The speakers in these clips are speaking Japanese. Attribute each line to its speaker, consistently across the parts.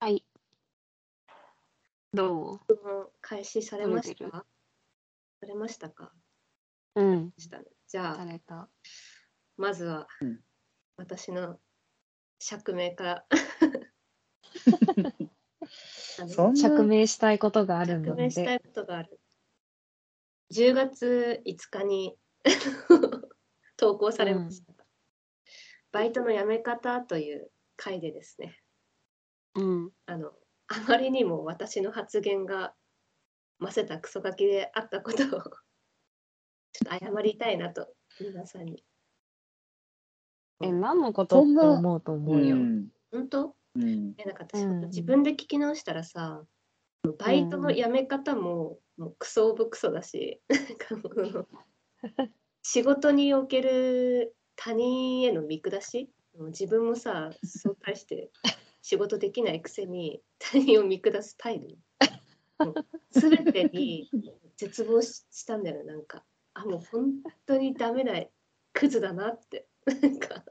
Speaker 1: はい。どう
Speaker 2: 開始されましたかされましたか
Speaker 1: うん。
Speaker 2: したねじゃ
Speaker 1: さ
Speaker 2: あ
Speaker 1: れた。
Speaker 2: まずは
Speaker 3: うん
Speaker 2: 私の釈明から あの
Speaker 3: そんな
Speaker 1: 釈明したいことがある
Speaker 2: 釈
Speaker 1: の
Speaker 2: 明した
Speaker 1: で。
Speaker 2: いことがある10月5日に 投稿されました、バイトの辞め方という回でですね
Speaker 1: うん。
Speaker 2: あのあまりにも私の発言がませたクソガキであったことを ちょっと謝りたいなと皆さんに
Speaker 1: え、何のことって思うと思うよ。
Speaker 2: 本当
Speaker 3: うん
Speaker 2: えなんか私、
Speaker 1: うん
Speaker 2: 自分で聞き直したらさバイトの辞め方も,、もうクソオブクソだし なんかも う仕事における他人への見下しもう自分もさそう対して仕事できないくせに他人を見下す態度もう全てに絶望ししたんだよなんかあもう本当にダメないクズだなってなんか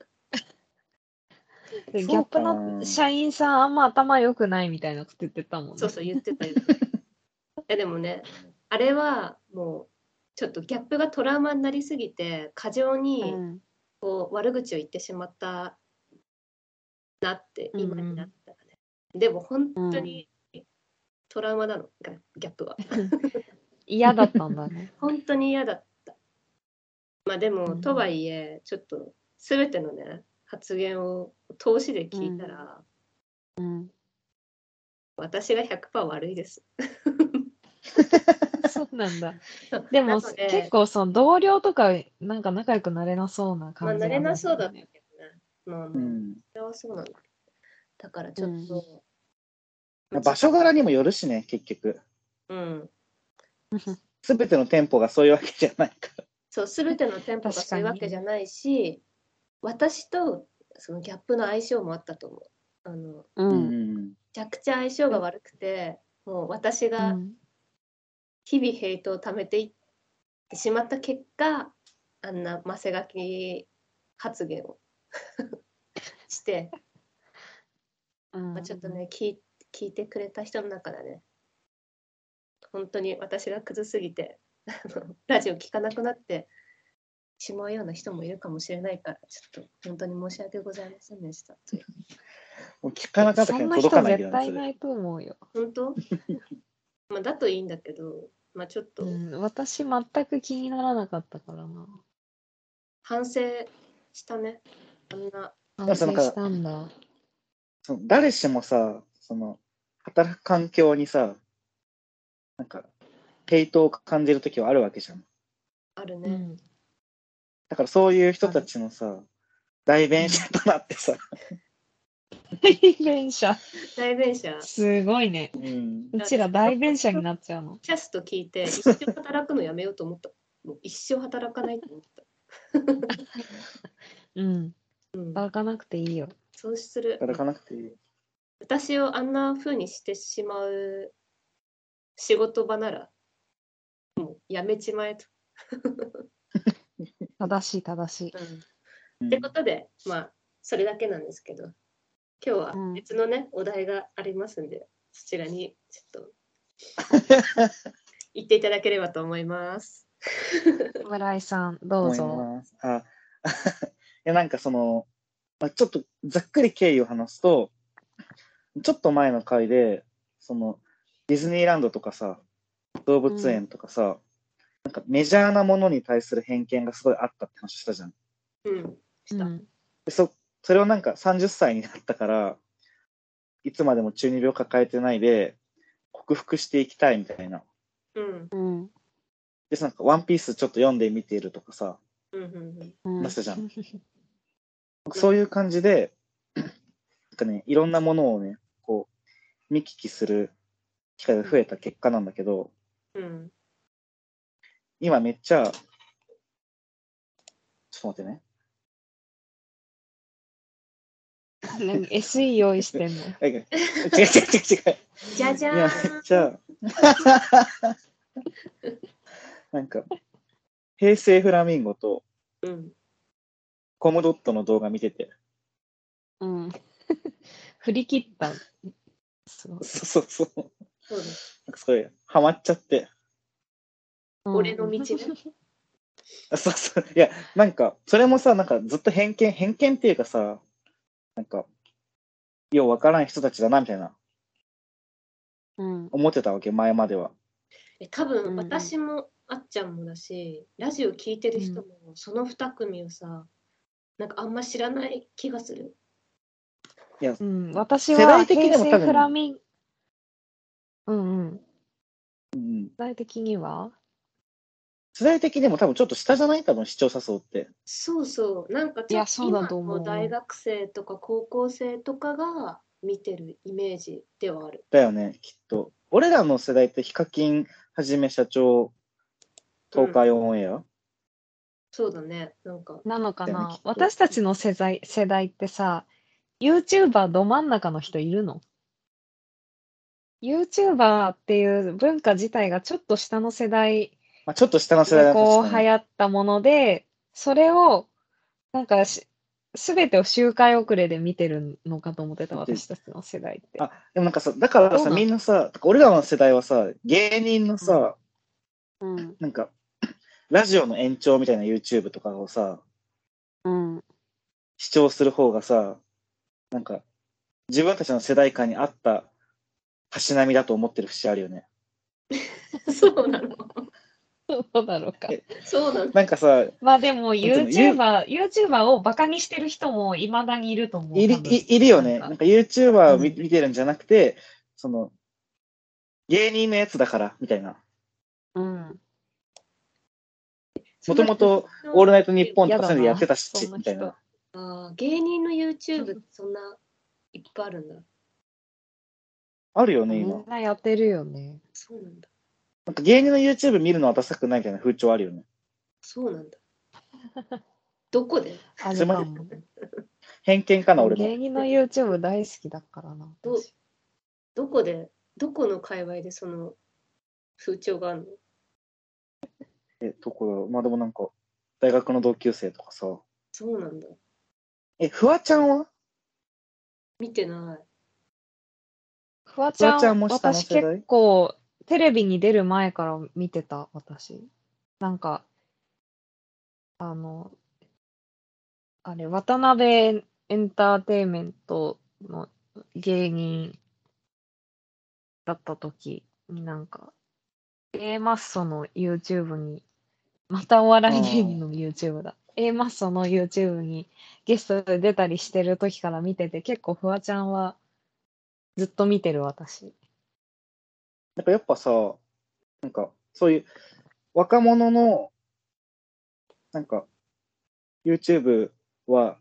Speaker 1: で
Speaker 3: そう
Speaker 1: ギャップ
Speaker 3: か
Speaker 1: の
Speaker 3: な
Speaker 1: 社員さんあんま頭良くないみたいなこと言ってたもんね。
Speaker 2: そうそう言ってたよ。い やでもねあれはもうちょっとギャップがトラウマになりすぎて過剰に
Speaker 1: ん。
Speaker 2: こう悪口を言ってしまったなって
Speaker 1: うんうん
Speaker 2: 今になったからね、でも本当にトラウマなのギャギャップは
Speaker 1: 嫌だったんだ ね。
Speaker 2: 本当に嫌だったまあでも、
Speaker 1: うん
Speaker 2: とはいえちょっと全てのね発言を通しで聞いたら、
Speaker 1: うん。
Speaker 2: 私が100%悪いです
Speaker 1: そうなんだ。でも、
Speaker 2: なので
Speaker 1: 結構その同僚とか、なんか仲良くなれなそうな
Speaker 2: まあ
Speaker 1: 感じが
Speaker 2: 慣
Speaker 1: ね、
Speaker 2: れなそうだったけどねまあまあ
Speaker 3: うん
Speaker 2: それはそうなんだ。だからちょっと、
Speaker 3: まあ場所柄にもよるしね、結局。
Speaker 2: うん、
Speaker 3: すべての店舗がそういうわけじゃないから。
Speaker 2: そう、すべての店舗が
Speaker 1: 確かに
Speaker 2: そういうわけじゃないし、私とそのギャップの相性もあったと思う。あの、め
Speaker 1: う。
Speaker 3: うんん。
Speaker 2: ちゃくちゃ相性が悪くて、もう私
Speaker 1: う
Speaker 2: が
Speaker 1: ん。
Speaker 2: 日々ヘイトを貯めていってしまった結果、あんなマセガキ発言を して、
Speaker 1: うん
Speaker 2: まあ、ちょっと。ね聞い、聞いてくれた人の中でね、本当に私がクズすぎて、 あのラジオ聞かなくなってしまうような人もいるかもしれないから、ちょっと本当に申し訳ございませんでした。
Speaker 3: もう聞かなかった
Speaker 1: そ
Speaker 3: け
Speaker 1: ん
Speaker 3: ど
Speaker 1: な
Speaker 3: 届
Speaker 1: 人
Speaker 3: かないけ
Speaker 1: 絶
Speaker 3: ど
Speaker 1: 対い
Speaker 3: ね
Speaker 1: ないと思うよ。
Speaker 2: 本当まあだといいんだけど、まあ、ちょっと
Speaker 1: うん、私全く気にならなかったからな。
Speaker 2: 反省したね。あんな、
Speaker 1: 反省
Speaker 3: そうなんか
Speaker 1: したんだ。
Speaker 3: その誰しもさ、その、働く環境にさ、なんか、ヘイトを感じるときはあるわけじゃん。
Speaker 2: ある
Speaker 1: う
Speaker 2: ね。
Speaker 1: ん、
Speaker 3: だからそういう人たちのさ、代弁者となってさ、
Speaker 1: 代弁者。
Speaker 2: 代弁者、
Speaker 1: すごいね。
Speaker 3: うん。
Speaker 1: うちら代弁者になっちゃうの。
Speaker 2: キャスト聞いて、一生働くのやめようと思った。もう一生働かないと思 った。
Speaker 1: うん。
Speaker 2: うん、
Speaker 1: 働かなくていいよ。
Speaker 2: そうする。
Speaker 3: 働かなくていい。
Speaker 2: 私をあんな風にしてしまう仕事場ならもうやめちまえと。
Speaker 1: 正しい正しい。
Speaker 3: う
Speaker 2: っ
Speaker 3: ん
Speaker 2: てことでまあそれだけなんですけど今日は別のね、お題がありますんでそちらにちょっと行っていただければと思います。
Speaker 1: 村井さん、どう
Speaker 3: 思い
Speaker 1: ぞ。
Speaker 3: ます。あ、 いやなんかその、まあ、ちょっとざっくり経緯を話すと、ちょっと前の回で、そのディズニーランドとかさ、動物園とかさ、なんかメジャーなものに対する偏見がすごいあったって話したじゃん。
Speaker 2: うん、し
Speaker 1: う
Speaker 2: た。
Speaker 1: ん
Speaker 3: それをなんか30歳になったから、いつまでも中二病抱えてないで、克服していきたいみたいな。
Speaker 2: うん
Speaker 1: うん
Speaker 3: で、なんかワンピースちょっと読んでみているとかさ、
Speaker 2: うんうん
Speaker 1: うん
Speaker 3: ましたじゃんそういう感じで、なんかね、いろんなものをね、こう、見聞きする機会が増えた結果なんだけど、
Speaker 2: うんうん
Speaker 3: 今めっちゃ、ちょっと待ってね。
Speaker 1: 何 SE 用意してんの。
Speaker 3: あ違う違う違う違う。
Speaker 2: じゃじゃ
Speaker 3: 今
Speaker 2: ー
Speaker 3: めっ
Speaker 2: ん
Speaker 3: ちゃ、なんか、平成フラミンゴと
Speaker 2: うん
Speaker 3: コムドットの動画見てて、
Speaker 1: うん。振り切った。すごい。
Speaker 3: そうそうそう。
Speaker 2: そうです。
Speaker 3: なんかそれ、ハマっちゃって。
Speaker 2: 俺の道ね
Speaker 3: あ そうそう。いや、なんか、それもさ、なんかずっと偏見、偏見っていうかさ、なんか、ようわからん人たちだな、みたいな、
Speaker 1: うん。
Speaker 3: 思ってたわけ、前までは。
Speaker 2: え多
Speaker 1: うん
Speaker 2: 分私もあっちゃんもだし、ラジオ聞いてる人もその2組をさ、なんかあんま知らない気がする。
Speaker 1: うん、私
Speaker 3: 世
Speaker 1: は
Speaker 3: 代的に
Speaker 1: 平
Speaker 3: も多分
Speaker 1: 成フラミンうんうん。
Speaker 3: うん。
Speaker 1: 世代的には
Speaker 3: 世代的にも多分ちょっと下じゃない多分視聴者層って。
Speaker 2: そうそう、なんかち
Speaker 1: い
Speaker 2: ょっ
Speaker 1: や
Speaker 2: と
Speaker 1: そうだ
Speaker 2: 今
Speaker 1: と思う
Speaker 2: の大学生とか高校生とかが見てるイメージではある。
Speaker 3: だよね、きっと。俺らの世代って、ヒカキンはじめ社長、東海オンエア、
Speaker 2: そうだね、なん か。
Speaker 1: なのか
Speaker 3: だよねき
Speaker 1: な
Speaker 3: っと
Speaker 1: 私たちの世代世代ってさ、YouTuber ど真ん中の人いるの ?YouTuber っていう文化自体がちょっと下の世代
Speaker 3: まあ、ちょっと下の世代
Speaker 1: で
Speaker 3: だ
Speaker 1: こう
Speaker 3: 確
Speaker 1: 流
Speaker 3: かに
Speaker 1: 行ったもので、それをなんかし、すべてを周回遅れで見てるのかと思ってた、私たちの世代って。
Speaker 3: あ、でもなんかさ、だから
Speaker 1: そう
Speaker 3: さ、
Speaker 1: なの
Speaker 3: みんなさ、俺らの世代はさ、芸人のさ、
Speaker 1: うん、
Speaker 3: なんか、ラジオの延長みたいな YouTube とかをさ、
Speaker 1: うん、
Speaker 3: 視聴する方がさ、なんか、自分たちの世代間に合った足並みだと思ってる節あるよね。
Speaker 2: そうなの。
Speaker 1: どうだろうか。
Speaker 3: え
Speaker 2: そうなの。
Speaker 3: なんかさ、
Speaker 1: まあでも
Speaker 3: ていうの
Speaker 1: YouTuber、YouTuber をバカにしてる人もいまだにいると思う。
Speaker 3: いる
Speaker 1: 多分
Speaker 3: いいるよね。
Speaker 1: な
Speaker 3: なんん
Speaker 1: か
Speaker 3: か YouTuber を見,、
Speaker 1: うん
Speaker 3: 見てるんじゃなくて、その、芸人のやつだから、みたいな。
Speaker 1: うん。
Speaker 3: もともと、オールナイトニッポン
Speaker 1: や
Speaker 3: と
Speaker 1: だ
Speaker 3: か
Speaker 1: な
Speaker 3: そういうのやってたし
Speaker 1: そん、な人
Speaker 3: みたいな。
Speaker 2: あー芸人の YouTube ってそんないっぱいあるんだ。
Speaker 3: あるよね、
Speaker 1: み
Speaker 3: 今
Speaker 1: ん。なやってるよね。
Speaker 2: そうなんだ。
Speaker 3: なんか芸人の YouTube 見るのはダサくないみたいな風潮あるよね。
Speaker 2: そうなんだ。どこで
Speaker 1: あ
Speaker 3: す
Speaker 1: れ
Speaker 3: いませ
Speaker 1: か
Speaker 3: ん
Speaker 1: も。
Speaker 3: 偏見かな、俺の。
Speaker 1: 芸人の YouTube 大好きだからな。
Speaker 2: どうどこでどこの界隈でその風潮があるの
Speaker 3: え、ところ、まあでもなんか、大学の同級生とかさ。
Speaker 2: そうなんだ。
Speaker 3: え、フワちゃんは
Speaker 2: 見てない。
Speaker 1: フワちゃん、
Speaker 3: フワちゃんも下の
Speaker 1: 私
Speaker 3: 世代
Speaker 1: 結構テレビに出る前から見てた、私。なんか、あの、あれ、渡辺エンターテインメントの芸人だった時になんか、A マッソの YouTube に、またお笑い芸人の YouTube だ。A マッソの YouTube にゲストで出たりしてる時から見てて、結構フワちゃんはずっと見てる私。
Speaker 3: なんかやっぱさ、なんか、そういう、若者の、なんか、YouTube は、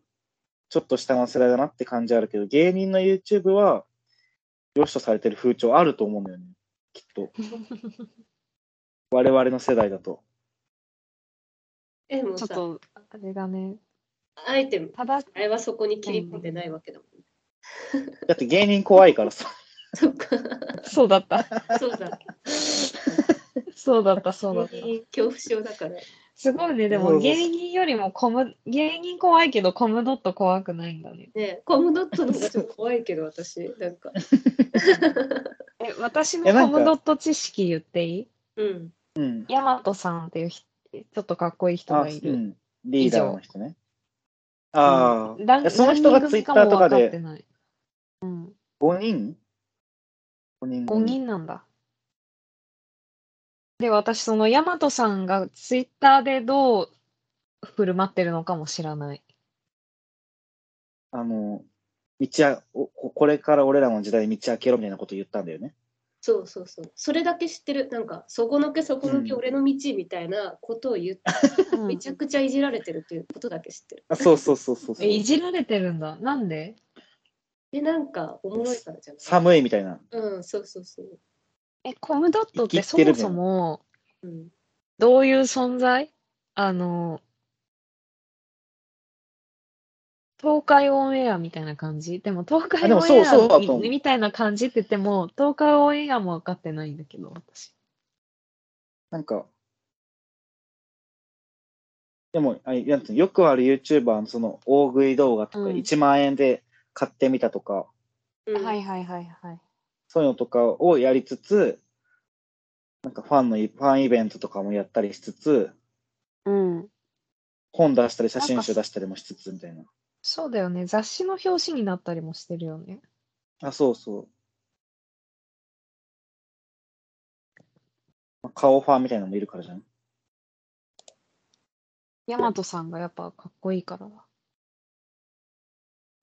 Speaker 3: ちょっと下の世代だなって感じあるけど、芸人の YouTube は、良しとされてる風潮あると思うんだよね。きっと。我々の世代だと。
Speaker 2: え、でも
Speaker 1: ちょ
Speaker 2: さ
Speaker 1: っ、と、あれがね、
Speaker 2: あえて、
Speaker 1: ただ、
Speaker 2: あれはそこに切り込んでないわけだもん。
Speaker 3: だって芸人怖いからさ。
Speaker 2: そっか、
Speaker 1: そうだった、
Speaker 2: そうだ。
Speaker 1: そうだった、そうだった。
Speaker 2: 恐怖症だから。
Speaker 1: すごいね、で
Speaker 3: そう
Speaker 1: も
Speaker 3: です
Speaker 1: 芸人よりもコム、芸人怖いけど、コムドット怖くないんだね。
Speaker 2: ねコムドットの方がちょっと怖いけど、私、なんか。
Speaker 1: え、私の
Speaker 3: えな
Speaker 1: コ
Speaker 3: んか
Speaker 1: ムドット知識言っていい
Speaker 2: うん。
Speaker 3: うん。
Speaker 1: ヤマトさんっていうひちょっとかっこいい人
Speaker 3: あ、
Speaker 1: がいうる。
Speaker 3: ん。リーダーの人ね。あ
Speaker 1: うんラン
Speaker 3: あ。その人が
Speaker 1: ラン
Speaker 3: ツ
Speaker 1: ニ
Speaker 3: イ
Speaker 1: ングか
Speaker 3: ッター
Speaker 1: も
Speaker 3: とか
Speaker 1: 分って
Speaker 3: で
Speaker 1: ない。
Speaker 3: 5人 ?5 人
Speaker 1: 5人なんだ。で、私、そのヤマトさんがツイッターでどう振る舞ってるのかも知らない。
Speaker 3: あの、道あおここれから俺らの時代に道開けろみたいなこと言ったんだよね。
Speaker 2: そうそうそう。それだけ知ってる。なんか、そこのけそこのけ
Speaker 3: うん
Speaker 2: 俺の道みたいなことを言って、めちゃくちゃいじられてるっていうことだけ知ってる。
Speaker 3: あそうそうそうそうそ う
Speaker 1: え、いじられてるんだ。なんで
Speaker 2: で、なんか、おもろいからじゃない。
Speaker 3: 寒いみたいな。
Speaker 2: うん、そうそうそう。
Speaker 1: え、コムドットって
Speaker 3: 生き
Speaker 1: そ
Speaker 3: てる
Speaker 1: も
Speaker 3: 分
Speaker 1: そも
Speaker 2: うん、
Speaker 1: どういう存在あの、東海オンエアみたいな感じでも東
Speaker 3: あ
Speaker 1: 海
Speaker 3: で
Speaker 1: オ
Speaker 3: も
Speaker 1: ン
Speaker 3: そう
Speaker 1: エ
Speaker 3: そうだと
Speaker 1: ア
Speaker 3: 思う
Speaker 1: みみたいな感じって言っても、東海オンエアも分かってないんだけど、私。
Speaker 3: なんか、でも、あなんていうのよくある YouTuber のその大食い動画とか
Speaker 1: うん
Speaker 3: 1万円で買ってみたとか、
Speaker 2: うん。
Speaker 1: はいはいはいはい。
Speaker 3: そういうのとかをやりつつ、なんかファンのイ、ファンイベントとかもやったりしつつ、
Speaker 4: うん。
Speaker 3: 本出したり写真集出したりもしつつみたいな。
Speaker 1: そうだよね。雑誌の表紙になったりもしてるよね。
Speaker 3: あ、そうそう。まあ顔ファンみたいなのもいるからじゃん。
Speaker 1: ヤマトさんがやっぱかっこいいからだ。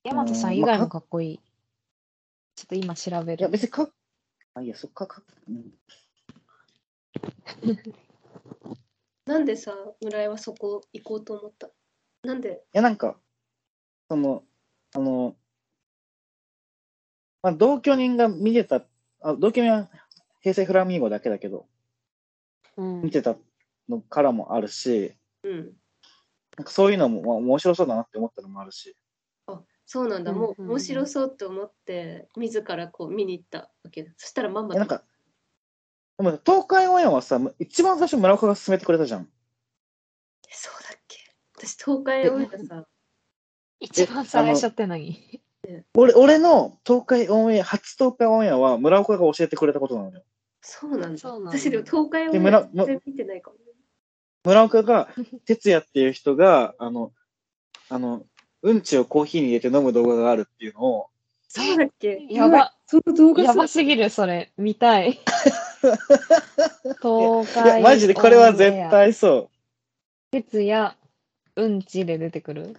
Speaker 1: ヤマトさん以外もかっこいい。ちょっと今調べ
Speaker 3: いや、
Speaker 1: る。
Speaker 3: 別にかっ、あ、いや、そっか、かっ、うん。
Speaker 2: なんでさ、村井はそこ行こうと思ったなんで
Speaker 3: いや、なんか、その、あの、まあ、同居人が見てた、あ同居人は平成フラミンゴだけだけど、
Speaker 4: うん
Speaker 3: 見てたのからもあるし、
Speaker 2: うん。
Speaker 3: なんかそういうのも、まあ、面白そうだなって思ったのもあるし、
Speaker 2: あ、そうなんだ。
Speaker 4: うん
Speaker 2: もう
Speaker 4: うん
Speaker 2: 面白そうって思って、自らこう見に行ったわけだ。そしたらマ
Speaker 3: い
Speaker 2: マ
Speaker 3: やなんか、でも東海オンエアはさ、一番最初村岡が勧めてくれたじゃん。
Speaker 2: えそうだっけ私、東海オンエアさ、
Speaker 1: 一番最初って何
Speaker 3: 俺俺の東海オンエア、初東海オンエアは村岡が教えてくれたことなのよ。
Speaker 2: そうなんだ。
Speaker 1: そうなんだ
Speaker 2: 私、でも東海オン
Speaker 3: で
Speaker 2: エア
Speaker 3: 村
Speaker 2: 全然見てないかも。
Speaker 3: 村岡 が、哲也っていう人が、あの、あの、うんちをコーヒーに入れて飲む動画があるっていうのを、
Speaker 2: そうだっけ
Speaker 1: やば。
Speaker 2: その動
Speaker 1: やば
Speaker 2: 画さ、
Speaker 1: すぎる、それ。見た い。東
Speaker 3: いや、
Speaker 1: 海。
Speaker 3: マジでこれは絶。対そ
Speaker 1: 鉄や、うんちで出てくる。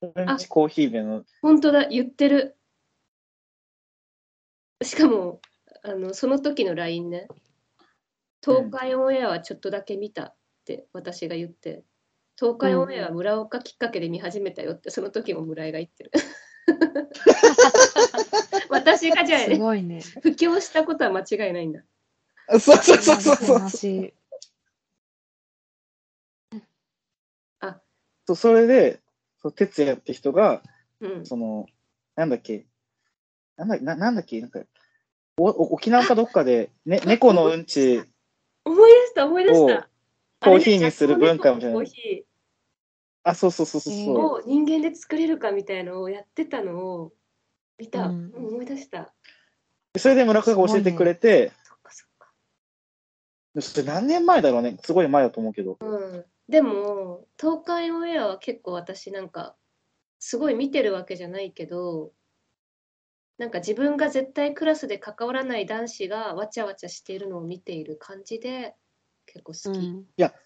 Speaker 3: う。うんちコーヒーでの、
Speaker 2: 本当だ、言ってる。しかも、あのその時の LINE ね。東海オンエアはちょっとだけ見たって私が言って、東海オンエアは村岡きっかけで見始めたよって、その時も村井が言って る。私がじゃあ
Speaker 1: すごいね。
Speaker 2: 布教したことは間違いないんだ。
Speaker 3: そうそうそうそうそう
Speaker 1: マ。ジで
Speaker 3: そうそれで、そう哲也って人が、
Speaker 2: うん。
Speaker 3: その、なんだっけ、なんだななんだっけ、なんか、おお沖縄かどっかで、ね、猫のうんち
Speaker 2: 思い出した、思い出し
Speaker 3: を
Speaker 2: た。
Speaker 3: コーヒーにする文化みたい
Speaker 2: コ
Speaker 3: な
Speaker 2: ー。ヒ
Speaker 3: あ、そうそうそうそう
Speaker 1: え
Speaker 2: ー
Speaker 3: そう。
Speaker 2: を人間で作れるかみたいのをやってたのを見た。
Speaker 1: うん
Speaker 2: 思い出した。
Speaker 3: それで村岡が教えてくれて、
Speaker 2: そっかそっか。
Speaker 3: それ何年前だろうね。すごい前だと思うけど。
Speaker 2: うん、でも東海オンエアは結構私なんかすごい見てるわけじゃないけどなんか自分が絶対クラスで関わらない男子がわちゃわちゃしているのを見ている感じで結構好き、好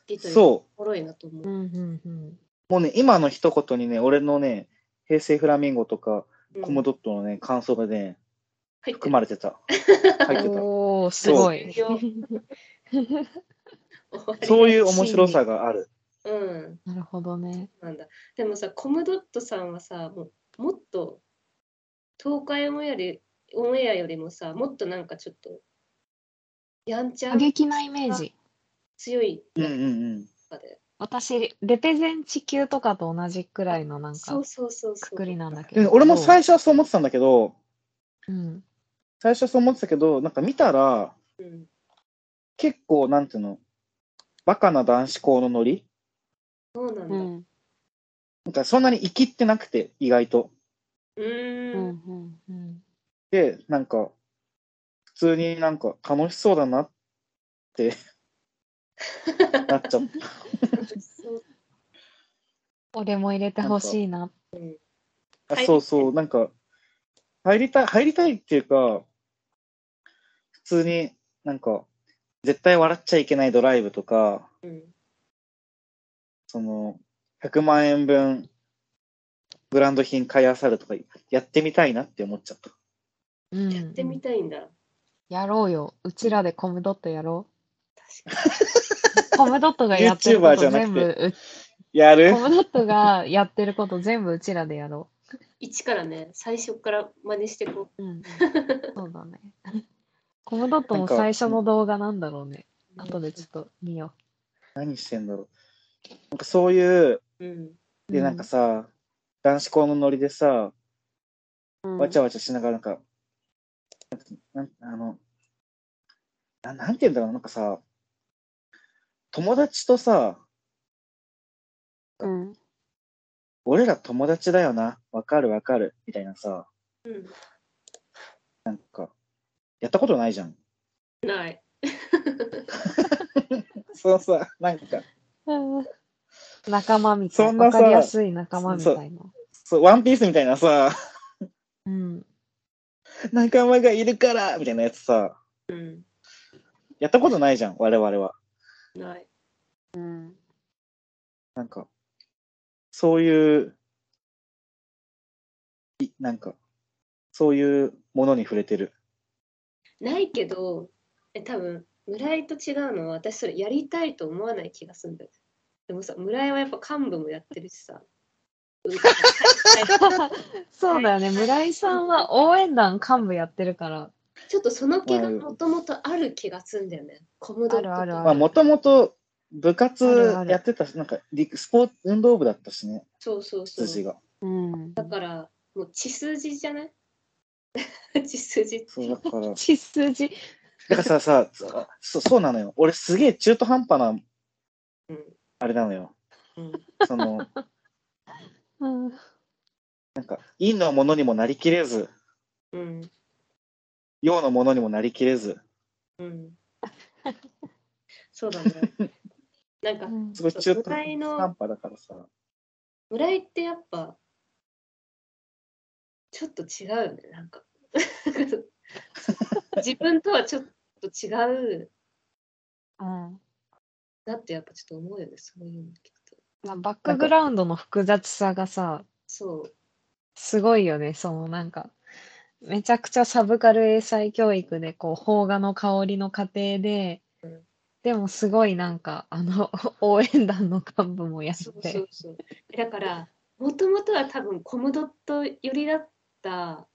Speaker 2: きというかお
Speaker 3: そう。
Speaker 2: もろいなと思
Speaker 1: う
Speaker 2: う。
Speaker 1: んうんうん。
Speaker 3: もうね、今の一言にね、俺のね、平成フラミンゴとか、
Speaker 2: うん
Speaker 3: コモドットのね、感想がね、
Speaker 2: 入って
Speaker 3: 含
Speaker 2: る
Speaker 3: まれてた。入ってた。
Speaker 1: おー、すごい。
Speaker 2: そう終わり
Speaker 3: そういう面白さがある。
Speaker 2: うん
Speaker 1: なるほどね。
Speaker 2: なんだでもさコムドットさんはさもうもっと東海オンエアよりオンエアよりもさもっとなんかちょっとやんちゃ
Speaker 1: 過激なイメージ。
Speaker 2: 強い
Speaker 3: うん
Speaker 2: や
Speaker 3: う
Speaker 2: つ
Speaker 3: んうん。
Speaker 2: とかで、
Speaker 1: 私、レペゼン地球とかと同じくらいのなん
Speaker 2: そ
Speaker 1: か
Speaker 2: う、そうそうそう
Speaker 1: くくりなんだけ
Speaker 3: で
Speaker 1: ど。
Speaker 3: 俺も最初はそう思ってたんだけど、
Speaker 1: うん。
Speaker 3: 最初はそう思ってたけど、なんか見たら、
Speaker 2: うん、
Speaker 3: 結構、なんていうの、バカな男子校のノリ
Speaker 2: そうな
Speaker 4: う
Speaker 2: んだ。うん
Speaker 4: ん
Speaker 3: なんかそんなに生きってなくて、意外と。
Speaker 4: うん
Speaker 2: ー。
Speaker 4: うんん
Speaker 1: うん。
Speaker 3: で、なんか、普通になんか楽しそうだなってなっちゃった。
Speaker 2: そう
Speaker 1: 俺も入れてほしいな。
Speaker 3: あ
Speaker 2: 入り
Speaker 3: そうそう、なんか、入りたい、入りたいっていうか、普通になんか、絶対笑っちゃいけないドライブとか、
Speaker 2: うん
Speaker 3: その、100万円分、ブランド品買い漁るとか、やってみたいなって思っちゃった。
Speaker 1: うん
Speaker 2: やってみたいんだ。
Speaker 1: やろうよ。うちらでコムドットやろ
Speaker 2: 確か
Speaker 1: う。コムドットがやってるこ
Speaker 3: YouTuber じ
Speaker 1: と
Speaker 3: ゃなくて
Speaker 1: 全部、う
Speaker 3: やる
Speaker 1: コムドットがやってること全部うちらでやろ
Speaker 2: に。一からね、最初から真似してこ
Speaker 1: う。うん。そうだね。コムドット
Speaker 3: なん
Speaker 1: も
Speaker 3: か
Speaker 1: 最初の動画なんだろうね。
Speaker 2: う。
Speaker 1: 後でちょっと見よ
Speaker 3: 何してんだろう。なんかそういう、
Speaker 2: うん。
Speaker 1: う。
Speaker 3: で、なんかさ、男子校のノリでさ、
Speaker 4: うん
Speaker 3: わちゃわちゃしながらなんか、なんなんあのな、なんて言うんだろう、なんかさ、友達とさ、
Speaker 4: うん
Speaker 3: 俺ら友達だよな、わかるわかる、みたいなさ、
Speaker 2: うん。
Speaker 3: なんか、やったことないじゃん。
Speaker 2: ない。
Speaker 3: そのさ、なんか、
Speaker 1: うん仲間みたい
Speaker 3: そん
Speaker 1: な。
Speaker 3: な
Speaker 1: わ
Speaker 3: さ
Speaker 1: かりやすい仲間みたいな。
Speaker 3: そうワンピースみたいなさ、
Speaker 1: うん。
Speaker 3: 仲間がいるからみたいなやつさ、
Speaker 2: うん。
Speaker 3: やったことないじゃん、我々は。
Speaker 2: ない。
Speaker 4: うん。
Speaker 3: なんか、そういう、いなんか、そういうものに触れてる。
Speaker 2: ないけど、え、多分、村井と違うのは、私それやりたいと思わない気がするんだよ。でもさ、村井はやっぱ幹部もやってるしさ。
Speaker 1: そうだよね。村井さんは応援団幹部やってるから。
Speaker 2: ちょっとその気がもともとある気がするんだよね。コムドットとか
Speaker 1: あるあるあ
Speaker 3: まあ、もともと部活
Speaker 1: あるある
Speaker 3: やってたし、なんか、陸スポーツ運動部だったしね、
Speaker 2: そうそうそう。
Speaker 3: 筋が。
Speaker 4: うん。
Speaker 2: だから、もう血筋じゃない 血筋って。
Speaker 3: そう、だから、だか
Speaker 1: 血筋。
Speaker 3: らさ、さ、そそうなのよ。俺すげえ中途半端な、
Speaker 2: うん
Speaker 3: あれなのよ。
Speaker 2: うん
Speaker 3: そ の、
Speaker 1: うん。
Speaker 3: なんか、陰のものにもなりきれず、
Speaker 2: うん
Speaker 3: 陽のものにもなりきれず、
Speaker 2: うん、そうだね。 なんか
Speaker 3: すごい中途
Speaker 2: 都会
Speaker 3: 半
Speaker 2: の
Speaker 3: 端だからさ。
Speaker 2: 村井ってやっぱちょっと違うよねなんか 自分とはちょっと違う
Speaker 1: うん
Speaker 2: なってやっぱちょっと思うよねそういうの聞くと
Speaker 1: まあバックグラウンドの複雑さがさ、
Speaker 2: そう
Speaker 1: すごいよね。そのなんか、めちゃくちゃサブカル英才教育で、こう、邦画の香りの過程で、でもすごいなんか、あの、 応援団の幹部もや
Speaker 2: そう
Speaker 1: っ
Speaker 2: そ
Speaker 1: て
Speaker 2: う。そうだからもともとは多分コムドット寄りだった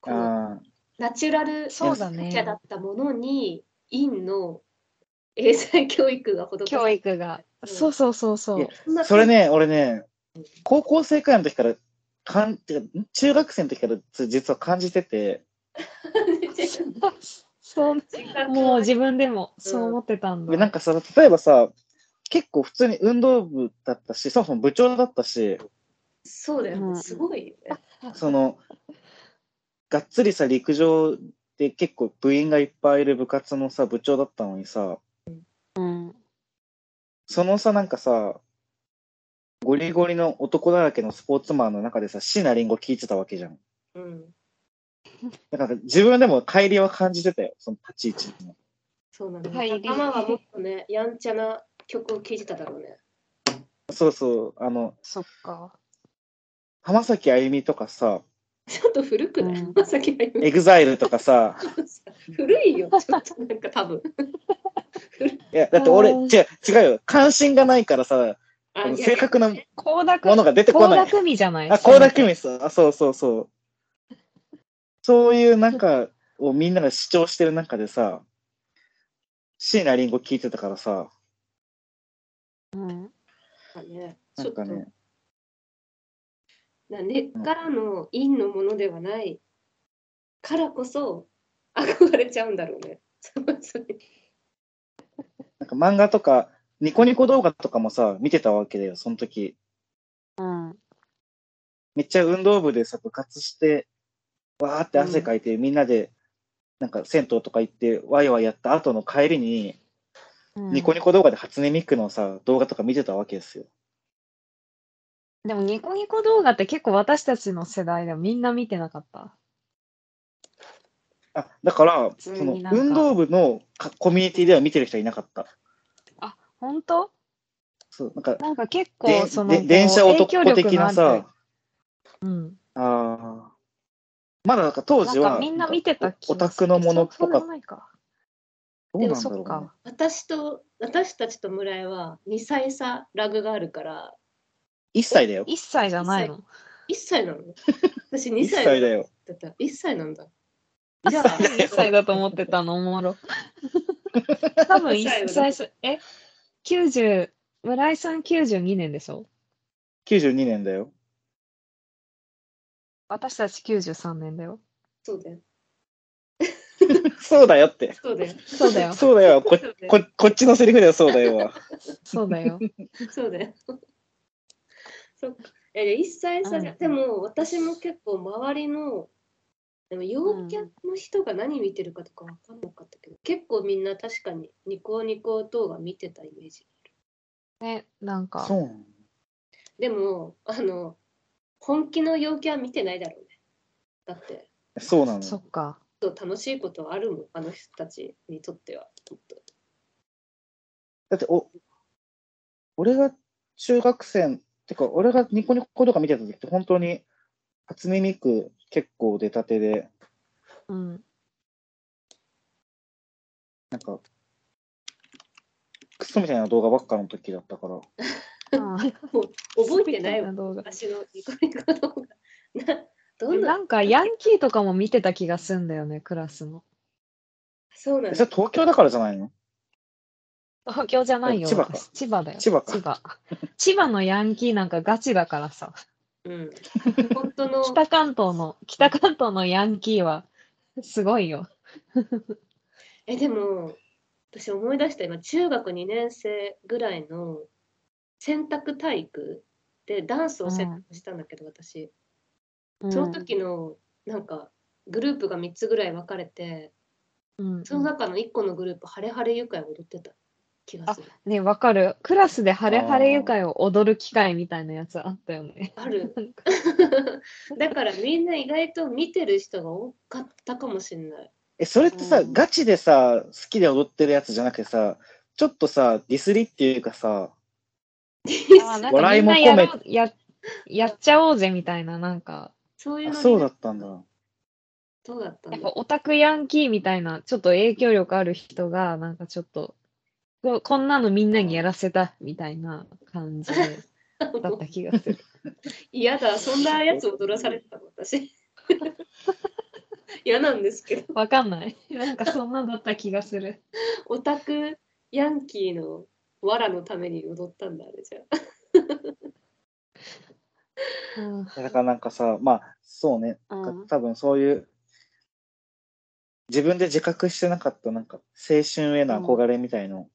Speaker 2: この
Speaker 3: あ
Speaker 2: ナチュラル
Speaker 1: そうだね
Speaker 2: キャだったものに、陰の英才教育が施さ
Speaker 1: 教
Speaker 2: れ
Speaker 1: 育が。
Speaker 2: うん
Speaker 1: そうそうそうそう。
Speaker 2: そんな
Speaker 3: あ、それね、俺ね、高校生くらいの時から、かんてか中学生の時から実は感じてて、
Speaker 2: 感じてる
Speaker 1: そう、
Speaker 2: 時間
Speaker 1: もう
Speaker 2: が
Speaker 1: 自分でもそう思ってたんだ。
Speaker 3: なんかさ、例えばさ、結構普通に運動部だったし、そもそも部長だったし、
Speaker 2: そうだよ
Speaker 4: う
Speaker 2: ね、
Speaker 4: ん
Speaker 2: すごいよね。
Speaker 3: その、がっつりさ、陸上で結構部員がいっぱいいる部活のさ、部長だったのにさ、
Speaker 4: うん。
Speaker 3: そのさ、なんかさ、ゴリゴリの男だらけのスポーツマンの中でさ、シナリンゴ聞いてたわけじゃん。
Speaker 2: うん、
Speaker 3: だから自分でも乖離は感じてたよ、その立ち位置に。
Speaker 2: そうなんだ、
Speaker 1: はい
Speaker 2: ね。仲間はもっとね、やんちゃな曲を聴いてただろうね。
Speaker 3: そうそう、あの、
Speaker 1: そっか。
Speaker 3: 浜崎あゆみとかさ、
Speaker 2: ちょっと古くない、
Speaker 4: うん
Speaker 2: まさきが言
Speaker 3: エグザイルとかさ、
Speaker 2: うさ古いよ、ちょっとなんか多 分。
Speaker 3: いや、だって俺、
Speaker 1: あー
Speaker 3: 違う、違うよ。関心がないからさ、
Speaker 2: あ
Speaker 3: この
Speaker 2: いや
Speaker 3: 正確なも
Speaker 1: 高楽
Speaker 3: のが出てこ
Speaker 1: 高
Speaker 3: ない。
Speaker 1: 楽味じゃない
Speaker 3: あ、高楽美さん。あ、そうそうそう。そういうなんかをみんなが主張してる中でさ、椎名林檎聞いてたからさ、
Speaker 4: うん。
Speaker 2: ね
Speaker 3: な
Speaker 2: ちょっと
Speaker 3: んかね、
Speaker 2: な根っからの陰のものではないからこそ憧れちゃうんだろうね。そうそう
Speaker 3: なんか漫画とか、ニコニコ動画とかもさ、見てたわけだよ、その時。
Speaker 4: うん。
Speaker 3: めっちゃ運動部でさ、部活して、わーって汗かいて、みんなで、なんか銭湯とか行って、ワイワイやった後の帰りに、ニコニコ動画で初音ミクのさ、動画とか見てたわけですよ。
Speaker 1: でもニコニコ動画って結構私たちの世代でもみんな見てなかった。
Speaker 3: あ、だから、そ
Speaker 1: 通
Speaker 3: の
Speaker 1: になんか
Speaker 3: 運動部のかコミュニティでは見てる人いなかった。
Speaker 1: 本当
Speaker 3: そう、なんか、
Speaker 1: なんか結構
Speaker 3: で
Speaker 1: その
Speaker 3: で
Speaker 1: こう
Speaker 3: 電車
Speaker 1: 影響
Speaker 3: 男
Speaker 1: 力
Speaker 3: 的
Speaker 1: のあ
Speaker 3: な
Speaker 1: る
Speaker 3: さ、
Speaker 1: うん、
Speaker 3: ああーまだなんか当
Speaker 1: な
Speaker 3: 時
Speaker 1: んか
Speaker 3: は、
Speaker 1: みんな見てた気
Speaker 3: オ
Speaker 1: が
Speaker 3: タ
Speaker 1: する
Speaker 3: クのものっ
Speaker 1: そ
Speaker 3: ぽか
Speaker 1: うそうでも
Speaker 3: っ
Speaker 1: ないか。
Speaker 3: た。ど
Speaker 1: でも
Speaker 3: うなんだ
Speaker 1: そ
Speaker 3: ろ
Speaker 1: っ
Speaker 3: うね
Speaker 1: か。。
Speaker 2: 私と私たちと村井は2歳差ラグがあるから
Speaker 3: 1歳だよ。
Speaker 1: 一歳じゃないの。
Speaker 2: 1歳なの私2
Speaker 3: 1
Speaker 2: 歳
Speaker 3: 歳だよ。
Speaker 2: だった1歳なんだ。
Speaker 1: じゃあ1歳だと思ってたのおもろ。 多分1歳す、え、90、村井さん92年でしょ
Speaker 3: 92年だよ。
Speaker 1: 私たち93年だよ。
Speaker 2: そうだよ。
Speaker 3: そうだよって。
Speaker 2: そうだよ。
Speaker 1: そうだよ。
Speaker 3: そうだよ。こ
Speaker 2: そうだよ
Speaker 3: ここっちのセリフだよ、そうだよは。
Speaker 1: そうだよ。
Speaker 2: そうだよ。そっか。え、1歳差じゃ、
Speaker 1: うん
Speaker 2: でも私も結構周りのでも陽キャの人が何見てるかとかわかんなかったけど、結構みんな確かにニコニコ動画見てたイメージ。
Speaker 1: ね、なんか、
Speaker 3: そうなんだ
Speaker 2: でも、あの、本気の陽キャは見てないだろうね。だって、
Speaker 3: そうなの
Speaker 1: そ
Speaker 3: よ。
Speaker 1: っか。
Speaker 2: そう楽しいことあるもん、あの人たちにとっては。きっと
Speaker 3: だって、お、俺が中学生、てか、俺がニコニコとか見てた時って、本当に、初耳く結構出たてで、
Speaker 1: うん。
Speaker 3: なんか、クソみたいな動画ばっかの時だったから、
Speaker 2: 覚えてないわ
Speaker 1: な、動画
Speaker 2: 私のニコニコ動画。な、どん
Speaker 1: な
Speaker 2: な、
Speaker 1: んか、ヤンキーとかも見てた気がすんだよね、クラスの。
Speaker 2: そうなん
Speaker 3: え
Speaker 2: だ
Speaker 3: それ東京だからじゃないの
Speaker 1: 東京じゃないよ、
Speaker 3: 千葉か
Speaker 1: 私千葉だよ。
Speaker 3: 千葉か
Speaker 1: 千葉。千葉のヤンキーなんかガチだからさ。
Speaker 2: うん。本 当の、
Speaker 1: 北関東の、北関東のヤンキーは、すごいよ。
Speaker 2: え、でも、私思い出した、今、中学2年生ぐらいの選択体育でダンスを選択したんだけど、私。その時の、なんか、グループが3つぐらい分かれて、
Speaker 1: うん。
Speaker 2: その中の1個のグループ、ハレハレ愉快を踊ってた気がする。
Speaker 1: ね、わかる。クラスでハレハレ愉快を踊る機会みたいなやつあったよね。
Speaker 2: ある。 だからみんな意外と見てる人が多かったかもしれない。
Speaker 3: え、それってさ、
Speaker 4: うん
Speaker 3: ガチでさ、好きで踊ってるやつじゃなくてさ、ちょっとさ、ディスりっていうか
Speaker 1: あ
Speaker 3: さ、
Speaker 1: ーなんか
Speaker 3: 笑
Speaker 1: み
Speaker 3: い
Speaker 1: んな
Speaker 3: も込
Speaker 1: や
Speaker 3: め
Speaker 1: ろうややっちゃおうぜみたいな、なんか、
Speaker 2: そういう
Speaker 3: あ
Speaker 2: の
Speaker 3: そうだ
Speaker 2: に
Speaker 3: ったんだ。
Speaker 2: どうだった
Speaker 1: やっ
Speaker 2: ん
Speaker 1: ぱ
Speaker 2: だ
Speaker 1: オタクヤンキーみたいな、ちょっと影響力ある人が、なんかちょっと、ここんなのみんなにやらせたみたいな感じでだった気がす る。
Speaker 2: 嫌だ、そんなやつ踊らされてたの、私。 嫌なんですけど、
Speaker 1: わかんない。なんかそんなだった気がする。
Speaker 2: オタクヤンキーのわらのために踊ったんだ、あれじゃあ。
Speaker 1: うん
Speaker 3: だからなんかさ、まあ、そうね、
Speaker 4: うん
Speaker 3: 多分そういう、自分で自覚してなかった、なんか、青春への憧れみたいの、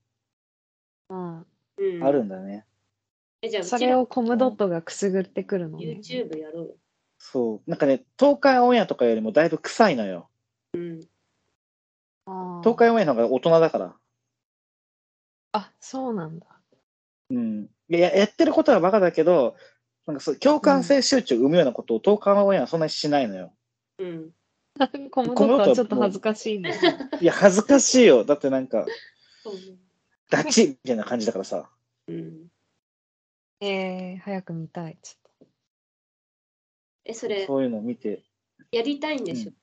Speaker 4: うん
Speaker 2: うん、
Speaker 3: あるんだね。
Speaker 2: えじゃあ、
Speaker 1: そう
Speaker 2: ち
Speaker 1: れ
Speaker 2: ら
Speaker 1: をコムドットがくすぐってくるのね。
Speaker 2: YouTube やろうよ。
Speaker 3: そう。なんかね、東海オンエアとかよりもだいぶ臭いのよ。
Speaker 2: うん。
Speaker 4: あー
Speaker 3: 東海オンエアの方が大人だから。
Speaker 1: あ、そうなんだ。
Speaker 3: うん。いや、やってることはバカだけど、なんかそう、共感性周知を生むようなことを東海オンエアはそんなにしないのよ。
Speaker 2: うん。
Speaker 1: コムドットはちょっと恥ずかしいね。
Speaker 3: いや、恥ずかしいよ。だってなんか、
Speaker 2: そう
Speaker 3: ダチみたいな感じだからさ。
Speaker 2: うん、
Speaker 1: えー、早く見たい。ちょっ
Speaker 2: え、それ、
Speaker 3: そういうのを見て。
Speaker 2: やりたいんでしょ、
Speaker 3: う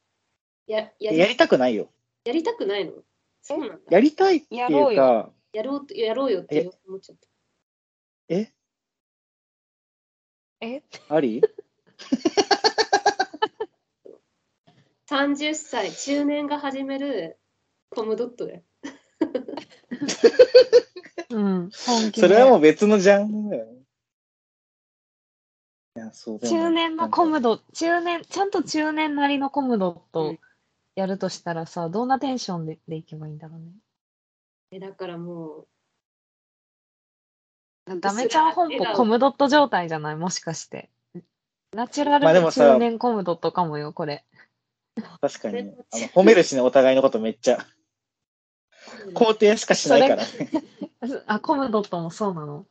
Speaker 2: ややり
Speaker 3: やりたくないよ。
Speaker 2: やりたくないのそうなんだ。
Speaker 3: やりたいって
Speaker 1: やろ
Speaker 3: いうう
Speaker 1: よ
Speaker 3: か、
Speaker 2: やろうとやろうよって思っちゃった。
Speaker 3: え
Speaker 1: とえ
Speaker 3: あり
Speaker 2: 30歳、中年が始めるコムドットで。
Speaker 1: うん、本気で
Speaker 3: それはもう別のジャンルだよね。いや、そうでも
Speaker 1: 中年のコムド、中年、ちゃんと中年なりのコムドッ
Speaker 2: う
Speaker 1: ト
Speaker 2: ん
Speaker 1: やるとしたらさ、どんなテンションででいけばいいんだろうね。
Speaker 2: えだからも
Speaker 1: ダメちゃん本舗コムドット状態じゃないもしかして。ナチュラ
Speaker 3: まあで
Speaker 1: ル
Speaker 3: も
Speaker 1: な
Speaker 3: さ
Speaker 1: 中年コムドットかもよ、これ。
Speaker 3: 確かにね。あ
Speaker 2: 全
Speaker 3: の
Speaker 2: 然
Speaker 3: 褒めるしね、お互いのことめっちゃ。
Speaker 2: う、
Speaker 3: 肯定しかしないからね。
Speaker 1: あ、コムドットもそうなの。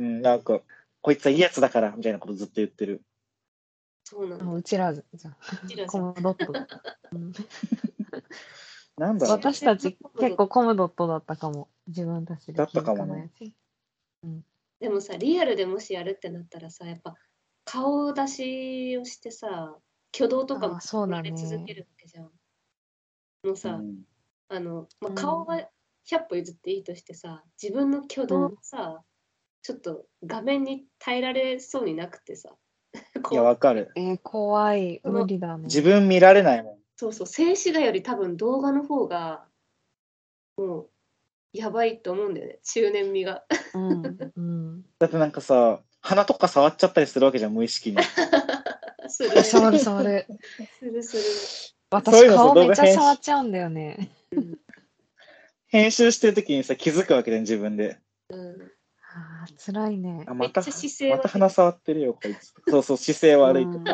Speaker 3: うん、なんか、こいつはいいやつだから、みたいなことずっと言ってる。
Speaker 2: そうな
Speaker 1: あ
Speaker 2: の。
Speaker 1: うちらじゃ
Speaker 2: うちら
Speaker 1: ん。
Speaker 2: じ
Speaker 1: コ
Speaker 2: ゃん
Speaker 1: ムドット。
Speaker 3: なんだろう。
Speaker 1: 私たち結構コムドットだったかも。自分たちで。
Speaker 3: だったかもね。
Speaker 2: でもさ、リアルでもしやるってなったらさ、やっぱ顔出しをしてさ、挙動とか
Speaker 1: あ
Speaker 2: も
Speaker 1: そうだね
Speaker 2: れ続けるわけじゃん。もう
Speaker 3: う
Speaker 2: さ、
Speaker 3: ん、
Speaker 2: あの、ま
Speaker 1: う
Speaker 2: あ、
Speaker 1: ん
Speaker 2: 顔は100歩譲っていいとしてさ、自分の挙動がさ、ちょっと画面に耐えられそうになくてさ、
Speaker 3: い
Speaker 2: こ
Speaker 3: や、
Speaker 2: う
Speaker 3: わかる。
Speaker 1: えー、怖い。
Speaker 2: その
Speaker 1: 無理だね。
Speaker 3: 自分見られないもん。
Speaker 2: そうそう、静止画より多分動画の方が、もう、やばいと思うんだよね、中年味が。
Speaker 4: うん
Speaker 1: うん。
Speaker 3: だってなんかさ、鼻とか触っちゃったりするわけじゃん、無意識に。
Speaker 2: する、す
Speaker 1: 触る触る。
Speaker 2: る、する。
Speaker 3: そうい
Speaker 1: 私
Speaker 3: うの
Speaker 1: 顔めっち
Speaker 3: 動画
Speaker 1: ゃ
Speaker 3: 編集
Speaker 1: 触っちゃうんだよね。
Speaker 3: 編集してる時にさ、気づくわけじゃん、自分で。
Speaker 2: うん、
Speaker 1: あー辛いね
Speaker 3: あ、。また、
Speaker 2: めっちゃ姿勢悪い
Speaker 3: また鼻触ってるよ、こいつ。そうそう、姿勢悪い。
Speaker 4: うん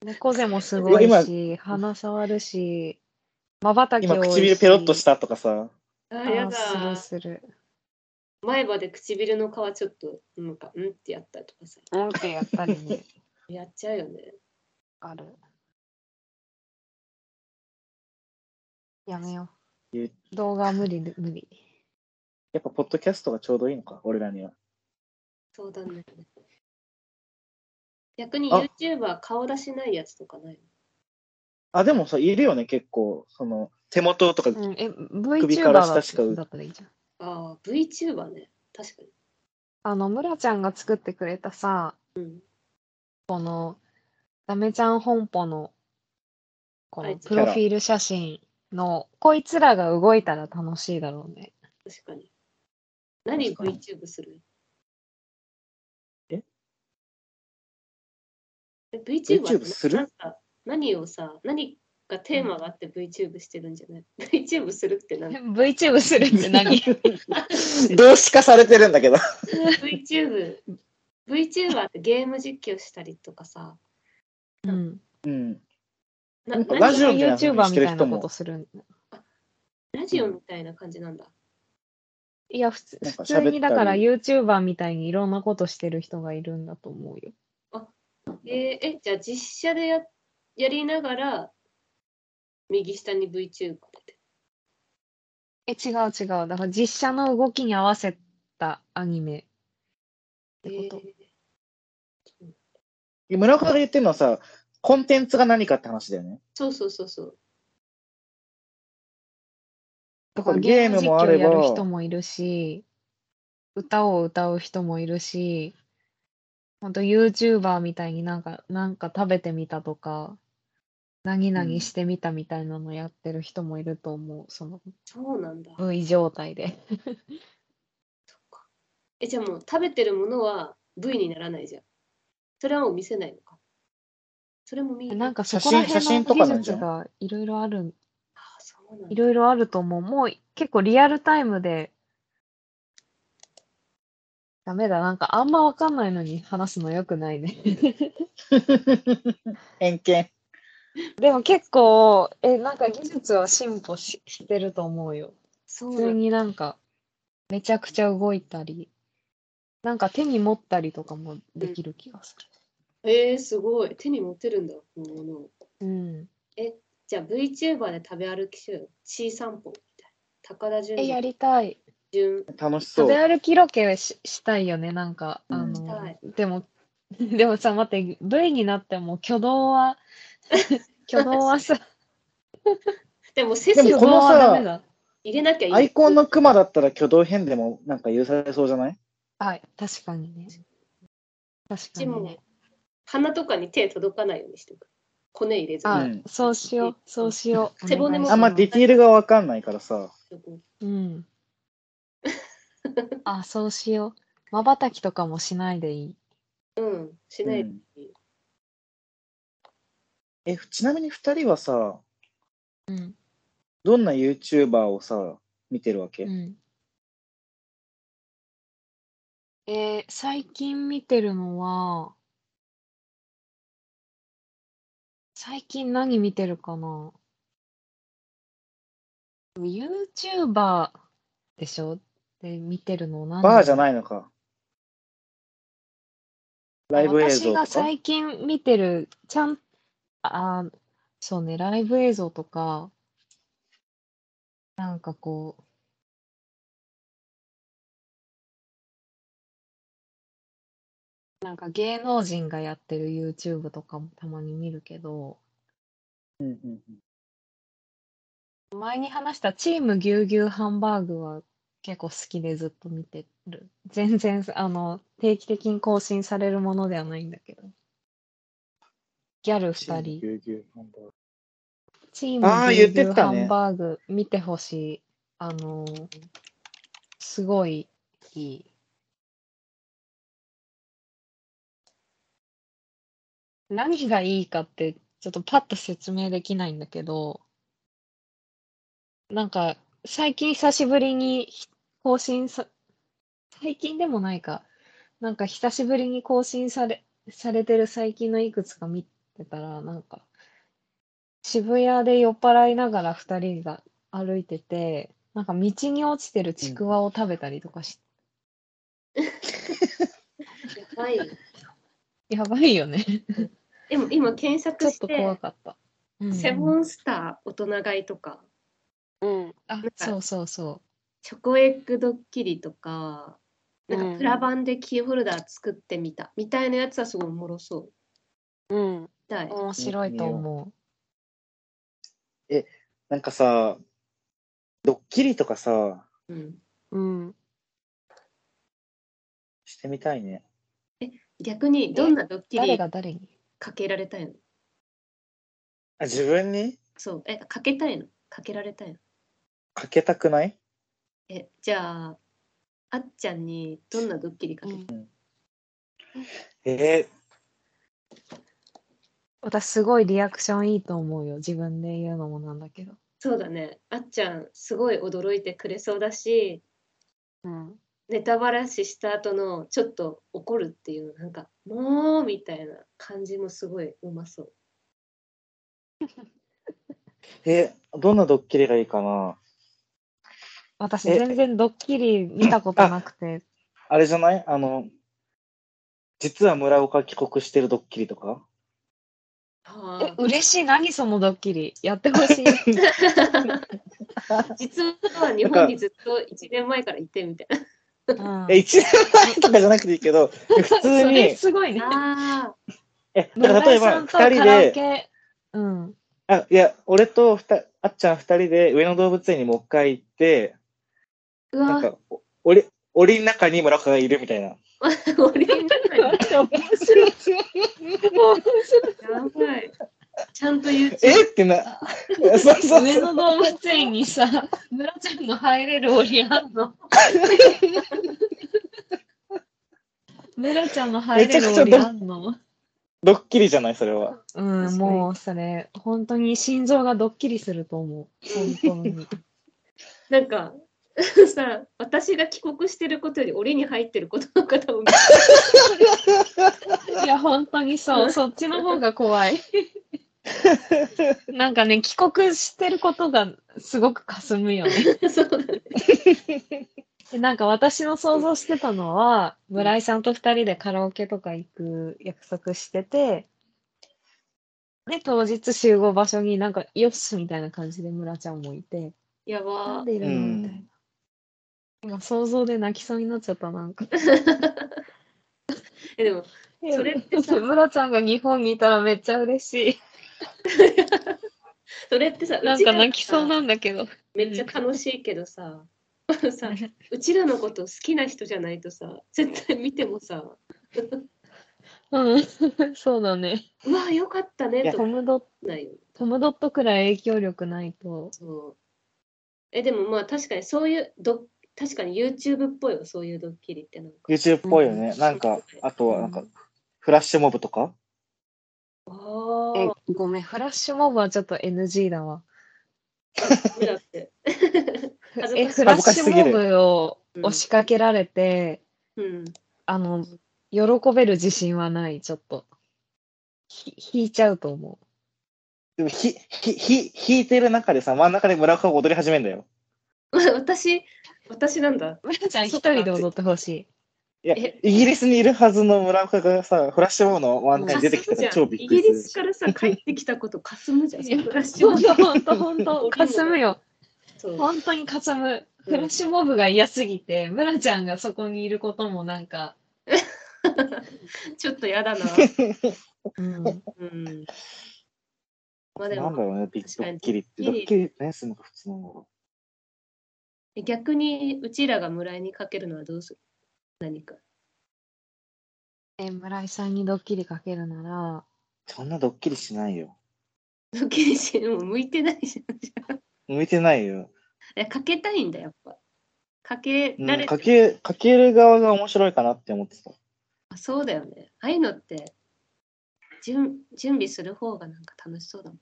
Speaker 1: 猫背もすご
Speaker 3: うわ
Speaker 1: いし、鼻触るし、まばたき多
Speaker 3: 今
Speaker 1: いし。
Speaker 3: 唇ペロッとしたとかさ、
Speaker 2: あ
Speaker 1: あ
Speaker 2: ー
Speaker 1: ー
Speaker 2: やだ
Speaker 1: するす
Speaker 2: ー
Speaker 1: る。
Speaker 2: 前歯で唇の皮ちょっとなんかうんってやったりとかさ
Speaker 4: うんってやったり ね。
Speaker 2: やっちゃうよね
Speaker 4: ある。
Speaker 1: やめよ。
Speaker 3: いう
Speaker 1: 動画は無理で、無理。
Speaker 3: やっぱポッドキャストがちょうどいいのか、俺らには。
Speaker 2: そうだね逆に
Speaker 3: あ
Speaker 2: YouTuber 顔出しないやつとかない
Speaker 3: あ、でもさ、いるよね、結構。その、手元とか、
Speaker 1: うん、え、
Speaker 3: 首
Speaker 1: VTuber
Speaker 3: から
Speaker 1: だ
Speaker 3: 下しか
Speaker 1: だったらいいじゃん。
Speaker 2: ああ VTuber ね確かに
Speaker 1: あの、ムラちゃんが作ってくれたさ、
Speaker 2: うん
Speaker 1: この、ダメちゃん本舗の、こ
Speaker 2: は
Speaker 1: の
Speaker 2: い
Speaker 1: プロフィール写真の、こいつらが動いたら楽しいだろうね。
Speaker 2: 確かに何
Speaker 3: 確かに
Speaker 2: VTube する
Speaker 3: え
Speaker 2: え VTuber って
Speaker 3: VTube する
Speaker 2: なんか何をさ何がテーマがあって VTube してるんじゃない ?VTube するってなんか
Speaker 1: VTube するって何
Speaker 3: 動詞化されてるんだけど。
Speaker 2: VTube VTuber ってゲーム実況したりとかさ
Speaker 1: うん。
Speaker 3: うん。
Speaker 2: な
Speaker 3: なんか
Speaker 2: 何
Speaker 3: ラジオみたい
Speaker 1: YouTuber
Speaker 3: な風にし
Speaker 1: み
Speaker 3: てる
Speaker 1: たい
Speaker 3: 人
Speaker 1: な
Speaker 3: も
Speaker 1: ことする。
Speaker 2: ラジオみたいな感じなんだ。
Speaker 1: いや、普通
Speaker 3: なんか
Speaker 1: 普
Speaker 3: 喋ったり
Speaker 1: 通にだから YouTuber みたいにいろんなことしてる人がいるんだと思うよ。
Speaker 2: えーえ、じゃあ実写でややりながら、右下に VTuber で。
Speaker 1: え、違う違う。だから実写の動きに合わせたアニメってこと。
Speaker 2: えー
Speaker 3: 村岡が言ってるのはさ、コンテンツが何かって話だよね。
Speaker 2: そうそうそうそう。
Speaker 3: だからゲームもあれ
Speaker 1: ゲーム実況やる人
Speaker 3: ば、
Speaker 1: もいるし、歌を歌う人もいるし、ほんと YouTuber みたいになんか、なんか食べてみたとか、何々してみたみたいなのやってる人もいると思う。その
Speaker 2: そうなんだ。
Speaker 1: V 状態で。
Speaker 2: そっかえ、じゃあもう食べてるものは V にならないじゃん。それはもう見せないのか。それも見
Speaker 1: なん
Speaker 2: か、
Speaker 1: かそこら
Speaker 3: 写真
Speaker 1: 辺の
Speaker 3: 写真とか
Speaker 1: 技
Speaker 3: なんじゃ
Speaker 1: 術
Speaker 3: ん
Speaker 1: がいろいろある、
Speaker 2: あーそうなん
Speaker 1: い
Speaker 2: だ。
Speaker 1: ろいろあると思う。もう結構リアルタイムで、ダメだ、なんかあんまわかんないのに話すのよくないね。
Speaker 3: 偏見。
Speaker 1: でも結構、え、なんか技術は進歩ししてると思うよ。
Speaker 2: そう
Speaker 1: 普通
Speaker 2: なんだ。
Speaker 1: になんか、めちゃくちゃ動いたり、なんか手に持ったりとかもできる気がす
Speaker 2: えー、すごい。手に持てるんだ、このものを。
Speaker 1: る。うん。
Speaker 2: じゃあ VTuber で食べ歩きしようよ。ちい散歩みたいな。高田純
Speaker 1: え、や
Speaker 2: 次
Speaker 1: りたい。
Speaker 2: 純
Speaker 3: 楽しそ
Speaker 1: 食べ
Speaker 3: う。
Speaker 1: 歩きロケししたいよね、なんか、
Speaker 3: うん
Speaker 1: あの、
Speaker 2: したい
Speaker 1: でも、 でもさ、待って、V になっても挙動 は、挙動はさ、
Speaker 2: でも背
Speaker 3: で
Speaker 2: 筋
Speaker 3: も
Speaker 1: 挙
Speaker 3: こ
Speaker 1: 動
Speaker 3: の
Speaker 1: はダメ
Speaker 3: さ、
Speaker 1: だ。
Speaker 2: 入れなきゃいい。
Speaker 3: アイコンのクマだったら挙動変でもなんか許されそうじゃない
Speaker 1: はい、確かにね。確かに
Speaker 2: でも
Speaker 1: ね。
Speaker 2: 鼻とかに手届かないようにしてく。骨入れず
Speaker 1: あ、
Speaker 3: う
Speaker 2: に。
Speaker 3: ん
Speaker 1: そうしよう、そうしよう。
Speaker 2: 背骨も
Speaker 3: あんま
Speaker 1: で
Speaker 3: ディティールがわかんないからさ、
Speaker 1: うん。あ、そうしよう。まばたきとかもしないでいい。
Speaker 2: うん、しないでいい。
Speaker 3: え、ちなみに二人はさ、
Speaker 1: うん。
Speaker 3: どんな YouTuber をさ、見てるわけ、
Speaker 1: うん。えー最近見てるのは、最近何見てるかな ?YouTuber でしょで見てるの何
Speaker 3: バーじゃ
Speaker 1: い
Speaker 3: ないのか。ライブ映像
Speaker 1: 私が
Speaker 3: とか。
Speaker 1: 最近見てる、ちゃん、あー、そうね、ライブ映像とか、なんかこう、なんか芸能人がやってる YouTube とかもたまに見るけど、
Speaker 3: うんうんうん
Speaker 1: 前に話したチームぎゅうぎゅうハンバーグは結構好きでずっと見てる。全然、あの、定期的に更新されるものではないんだけど。ギャル二人。チーム
Speaker 3: あー
Speaker 1: ぎゅうぎゅ
Speaker 3: 言っ
Speaker 1: う
Speaker 3: てた
Speaker 1: ハ
Speaker 3: ね
Speaker 1: ンバーグ見てほしい。あのー、すごいいい。何がいいかって、ちょっとパッと説明できないんだけど、なんか、最近久しぶりにひ更新さ、最近でもないか、なんか久しぶりに更新され、されてる最近のいくつか見ってたら、なんか、渋谷で酔っ払いながら2人が歩いてて、なんか道に落ちてるちくわを食べたりとかし、
Speaker 2: はい。
Speaker 1: やばいよね。
Speaker 2: でも今検
Speaker 1: ちょ
Speaker 2: 索
Speaker 1: っ
Speaker 2: し
Speaker 1: と
Speaker 2: て
Speaker 1: 怖、かった。うん
Speaker 2: セブンスター大人買いとか、
Speaker 4: うん。
Speaker 1: あ、そうそうそ
Speaker 2: チョコエッグドッキリとか、なん
Speaker 4: う
Speaker 2: か
Speaker 4: ん
Speaker 2: プラバンでキーホルダー作ってみたみたいなやつはすごいおもろそう。
Speaker 4: うん。
Speaker 2: だい
Speaker 1: 面白いと思
Speaker 3: なんかさ、ドッキリとかさ、
Speaker 2: うん、
Speaker 4: うん。
Speaker 3: してみたいね。
Speaker 2: 逆にどんなドッ
Speaker 1: う。
Speaker 2: キ
Speaker 1: 誰
Speaker 2: リ
Speaker 1: が誰に
Speaker 2: かけられたいの
Speaker 3: あ自分に
Speaker 2: そう、え、かけたいのかけられたいの
Speaker 3: かけたくない
Speaker 2: え、じゃあ、あっちゃんにどんなドッキリかけたい、
Speaker 3: え
Speaker 1: 私すごいリアクションいいと思うよ。自分で言うのもなんだけど。
Speaker 2: そうだね、あっちゃんすごい驚いてくれそうだし、
Speaker 4: うん。
Speaker 2: ネタバラシした後のちょっと怒るっていうなんかもうみたいな感じもすごいうまそう
Speaker 3: ー、えー、どんなドッキリがいいかな
Speaker 1: 私
Speaker 3: え
Speaker 1: 全然ドッキリ見たことなくて、
Speaker 3: あれじゃないあの、実は村岡帰国してるドッキリとか
Speaker 1: え
Speaker 2: は、
Speaker 1: 嬉しい。何そのドッキリ。やってほ しい。
Speaker 2: あ 実は日本にずっと1年前からいてみたい
Speaker 1: うん
Speaker 3: え、一年前とかじゃなくていいけど、普通
Speaker 1: それ
Speaker 3: に、
Speaker 1: すごいね。
Speaker 2: なあ
Speaker 3: え、だから例えば
Speaker 1: 村井さ
Speaker 3: 二
Speaker 1: んと
Speaker 3: 人
Speaker 1: カラオ
Speaker 3: で、
Speaker 1: ケ。うん。
Speaker 3: あ、いや、俺とふたあっちゃん二人で上野動物園にもう一回行って、
Speaker 2: ーう
Speaker 3: な
Speaker 2: わ
Speaker 3: んか、お檻、檻の中に村岡がいるみたいな。
Speaker 2: 俺の中に
Speaker 1: 面白い。
Speaker 2: やばいちゃんと YouTube
Speaker 3: えってな、そうそうそう。
Speaker 1: 上野動物園にさ、村ちゃんの入れる檻あん の。村ちゃんの入れる檻あんの。
Speaker 3: ドッキリじゃない、それは。
Speaker 1: うん、もうそれ、本当に心臓がドッキリすると思う。本当に。
Speaker 2: なんか さ私が帰国してることより俺に入ってることの方が
Speaker 1: いや、本当にそう、そっちの方が怖 い。なんかね、帰国してることがすごく霞むよね。
Speaker 2: そうだね
Speaker 1: でなんか私の想像してたのは、村井さんと二人でカラオケとか行く約束してて、で、当日集合場所になんか、よっすみたいな感じで村ちゃんもいて、
Speaker 2: や
Speaker 1: な
Speaker 2: ば
Speaker 1: んでいるの
Speaker 3: うん
Speaker 1: みたいな。今想像で泣きそうになっちゃった、なんか。
Speaker 2: えでもそれってさ
Speaker 1: 村ちゃんが日本にいたらめっちゃ嬉しい。
Speaker 2: それってさ
Speaker 1: なん
Speaker 2: ち
Speaker 1: から
Speaker 2: がさ
Speaker 1: 泣きそうなんだけど。
Speaker 2: めっちゃ楽しいけどさ さうちらのこと好きな人じゃないとさ絶対見てもさ
Speaker 1: うん、 そうだね。
Speaker 2: うわよかった
Speaker 3: い
Speaker 2: ね
Speaker 3: や
Speaker 2: と
Speaker 1: ト
Speaker 2: 思
Speaker 1: ムド
Speaker 2: わないよ
Speaker 1: トムドットくらい影響力ないと。
Speaker 2: そうえでもまあ確かにそういうど確かに YouTube っぽいよそういうドッキリってなんか
Speaker 3: YouTube っぽいよね。なんか、あとはなんか、フラッシュモブとか
Speaker 2: あ
Speaker 4: え
Speaker 2: ー、
Speaker 4: ごめん。フ
Speaker 1: フ
Speaker 4: ラ
Speaker 1: ラッシュモブはちょっと NG だわ。
Speaker 2: ダメ だって恥ずかしい
Speaker 1: え、フラッシュモブを
Speaker 2: うん
Speaker 1: 押しかけられて、
Speaker 2: うん
Speaker 1: あの、喜べる自信はない、ちょっと。ひ引いちゃうと思
Speaker 3: でも、ひ、ひ、ひ、弾いてる中でさ、真ん中で村岡が踊り始めるんだよ。
Speaker 2: 私私なん
Speaker 1: う。
Speaker 2: だ
Speaker 1: 村ちゃん
Speaker 3: そ
Speaker 1: 一
Speaker 3: っか
Speaker 1: 人で踊ってほしい。
Speaker 3: いや、
Speaker 2: え
Speaker 3: イギリスにいるはずの村岡がさ、フラッシュモブの真ん中に出てきたら超びっくり
Speaker 2: イギリス
Speaker 3: す
Speaker 2: からさ帰ってきたことかすむ じゃん
Speaker 1: いや
Speaker 2: フラッシュ
Speaker 1: ほ
Speaker 2: モ
Speaker 1: ん
Speaker 2: ブ
Speaker 1: とほんとほん と、かすむよ。
Speaker 2: そう
Speaker 1: 本当にかすむ。
Speaker 2: うん
Speaker 1: フラッシュモブが嫌すぎて、村ちゃんがそこにいることもなんか、
Speaker 2: ちょっとやだな
Speaker 1: うん、
Speaker 2: うんまあ
Speaker 3: る。
Speaker 2: で
Speaker 3: なん
Speaker 2: も
Speaker 3: だろうね、ビ
Speaker 2: 確
Speaker 3: ド
Speaker 2: かに
Speaker 3: ッキリって。
Speaker 2: ド
Speaker 3: ド
Speaker 2: ッ
Speaker 3: ッ
Speaker 2: キ
Speaker 3: キリってね、すんのか、普通の。
Speaker 2: 逆にうちらが村井にかけるのはどうする何か
Speaker 1: え村井さんにドッキリかけるなら、
Speaker 3: そんなドッキリしないよ。
Speaker 2: ドッキリしもう向いてないじゃんじゃあ
Speaker 3: 向いてないよ。
Speaker 2: えかけたいんだやっぱかけ
Speaker 3: う
Speaker 2: られ
Speaker 3: ん、
Speaker 2: て、
Speaker 3: かけ、かける側が面白いかなって思ってた。
Speaker 2: あそうだよねああいうのってじゅん準備する方がなんか楽しそうだもん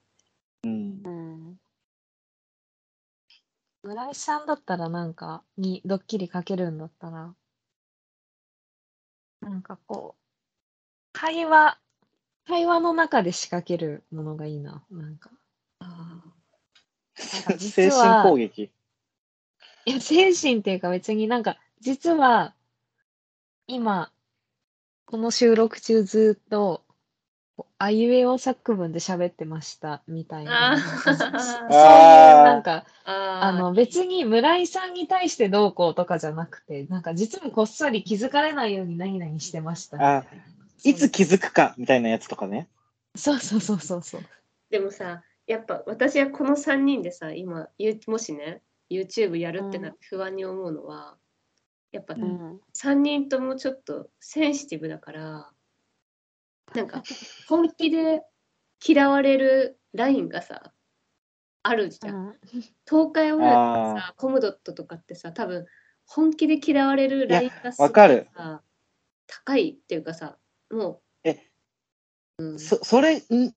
Speaker 3: うん。
Speaker 4: うん。
Speaker 1: 村井さんだったらなんかにドッキリかけるんだったらなんかこう会話対話の中で仕掛けるものがいいな。なんか。
Speaker 2: ああ
Speaker 1: か実
Speaker 3: 精
Speaker 1: は
Speaker 3: 神攻撃。
Speaker 1: いや、精神っていうか別になんか、実は、今、この収録中ずっと、こうあいうえお作文で喋ってました、みたいな。
Speaker 2: あ
Speaker 1: そういう、
Speaker 2: ー
Speaker 1: なんか、
Speaker 2: あ
Speaker 1: あの、別に村井さんに対してどうこうとかじゃなくて、なんか実はこっそり気づかれないように何々してましたみたいな。
Speaker 3: いつ気づくかみたいなやつとかね。
Speaker 1: そうそうそうそうそう。
Speaker 2: でもさやっぱ私はこの3人でさ今ゆもしね YouTube やるってなって不安に思うのは、やっぱ
Speaker 4: うん。
Speaker 2: 3人ともちょっとセンシティブだからなんか本気で嫌われるラインがさあるじゃん。東海オンエアとかさコムドットとかってさ多分本気で嫌われるラインがすごい
Speaker 3: わかる
Speaker 2: さ高いっていう かさも
Speaker 3: そそれ、んん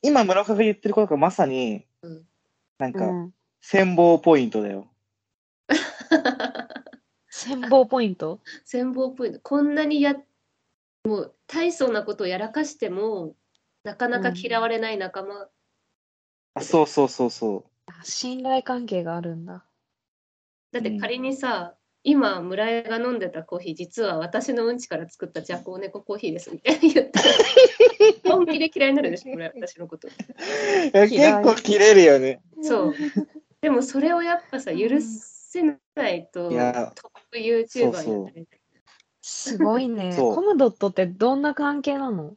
Speaker 3: 今村岡が言ってることがまさに
Speaker 2: うん、
Speaker 3: なん
Speaker 4: う
Speaker 3: か、
Speaker 4: ん。
Speaker 3: 戦望ポイントだよ。
Speaker 2: う
Speaker 1: 戦望ポイント
Speaker 2: 戦法っぽいのこんなにやもう大層なことをやらかしてもなかなか嫌われない仲間、
Speaker 3: あそうそうそうそう。
Speaker 1: あ信頼関係があるんだ。
Speaker 2: だって仮にさ、今村井が飲んでたコーヒー実は私のうんちから作ったじゃこ猫コーヒーですみたいに言 ったら本気で嫌いになるでしょ村井私のこと
Speaker 3: いや結
Speaker 1: 嫌い
Speaker 3: 構切れるよね。
Speaker 2: そう。でもそれをやっぱさ
Speaker 1: うん
Speaker 2: 許せないと、
Speaker 3: いや
Speaker 2: トップ YouTuber になったり
Speaker 1: すごいね。
Speaker 3: そう
Speaker 1: コムドットってどんな関係なの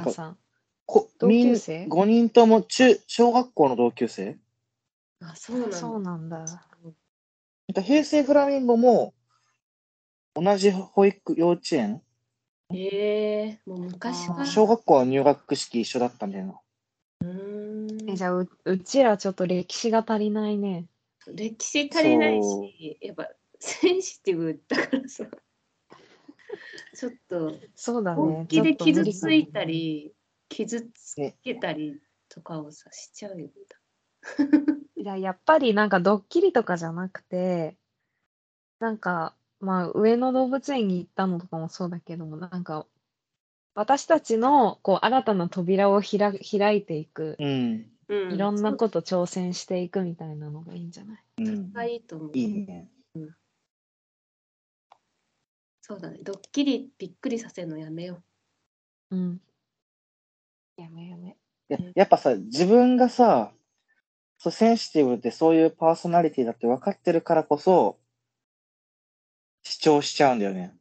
Speaker 1: 皆
Speaker 3: んか
Speaker 1: さん。
Speaker 3: こ
Speaker 1: 同級生
Speaker 3: みん5人とも中小学校の同級生
Speaker 2: あそうなんだ
Speaker 1: そうなんだ。
Speaker 3: なんか平成フラミンゴも同じ保育幼稚園
Speaker 2: えー、もう昔から
Speaker 4: あ
Speaker 3: 小学校の入学式一緒だったみたいな。
Speaker 2: うーん
Speaker 1: え、じゃあう、うちらちょっと歴史が足りないね。
Speaker 2: 歴史足りない
Speaker 3: そ
Speaker 2: しやっぱセンシティブだからさちょっと
Speaker 1: そうだね。
Speaker 2: 本気で
Speaker 1: ちょっと無理
Speaker 2: 傷
Speaker 1: かも
Speaker 2: ついたり傷つ
Speaker 3: ね
Speaker 2: けたりとかをさしちゃうよね
Speaker 1: いや、やっぱりなんかドッキリとかじゃなくて、なんか、まあ上野動物園に行ったのとかもそうだけども、なんか、私たちのこう新たな扉をひら開いていく、
Speaker 3: うん。
Speaker 2: う
Speaker 1: いろんなこと挑戦していくみたいなのがいいんじゃない
Speaker 3: うん
Speaker 2: とがいいと思う
Speaker 3: いいね。
Speaker 2: そうだねドッキリびっくりさせるのやめよ
Speaker 1: うん。やめやめ。
Speaker 3: ややっぱさ、自分がさ、そうセンシティブってそういうパーソナリティだって分かってるからこそ、主張しちゃうんだよね。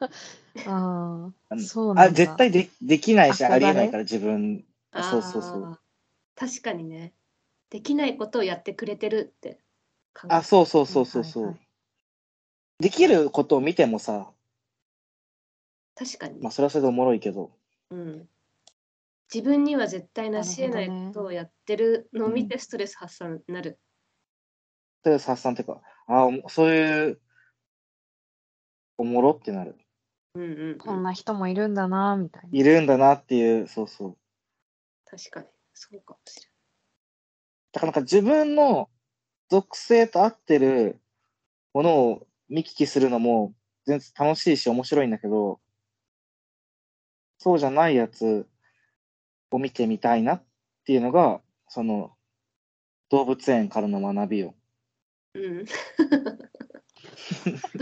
Speaker 1: ああ、
Speaker 3: うん
Speaker 1: そうなん
Speaker 3: あ、
Speaker 1: だ。
Speaker 3: 絶対でできないし、
Speaker 1: 憧れ
Speaker 3: ありえないから自分。
Speaker 2: う
Speaker 3: あそうそうそう
Speaker 2: あー確かにねできないことをやってくれてるって考え
Speaker 3: あ、そうそうそうそうそう。
Speaker 1: はいはい
Speaker 3: できることを見てもさ、
Speaker 2: 確かにね、
Speaker 3: まあそれはそれでおもろいけど、
Speaker 2: うん、自分には絶対なし得ない
Speaker 1: なるほどね
Speaker 2: ことをやってるのを見
Speaker 3: う
Speaker 2: てストレス発散になる、
Speaker 3: それで発散っていうか、あおもそういう、おもろってなる。
Speaker 2: うん、うんうん
Speaker 1: こんな人もいるんだな、みたいな。
Speaker 3: いるんだなっていう、そうそう。
Speaker 2: 確かにそうかもしれ
Speaker 3: だからなんか自分の属性と合ってるものを見聞きするのも全然楽しいし面白いんだけど、そうじゃないやつを見てみたいなっていうのが、その動物園からの学びよ。
Speaker 2: な い、うん、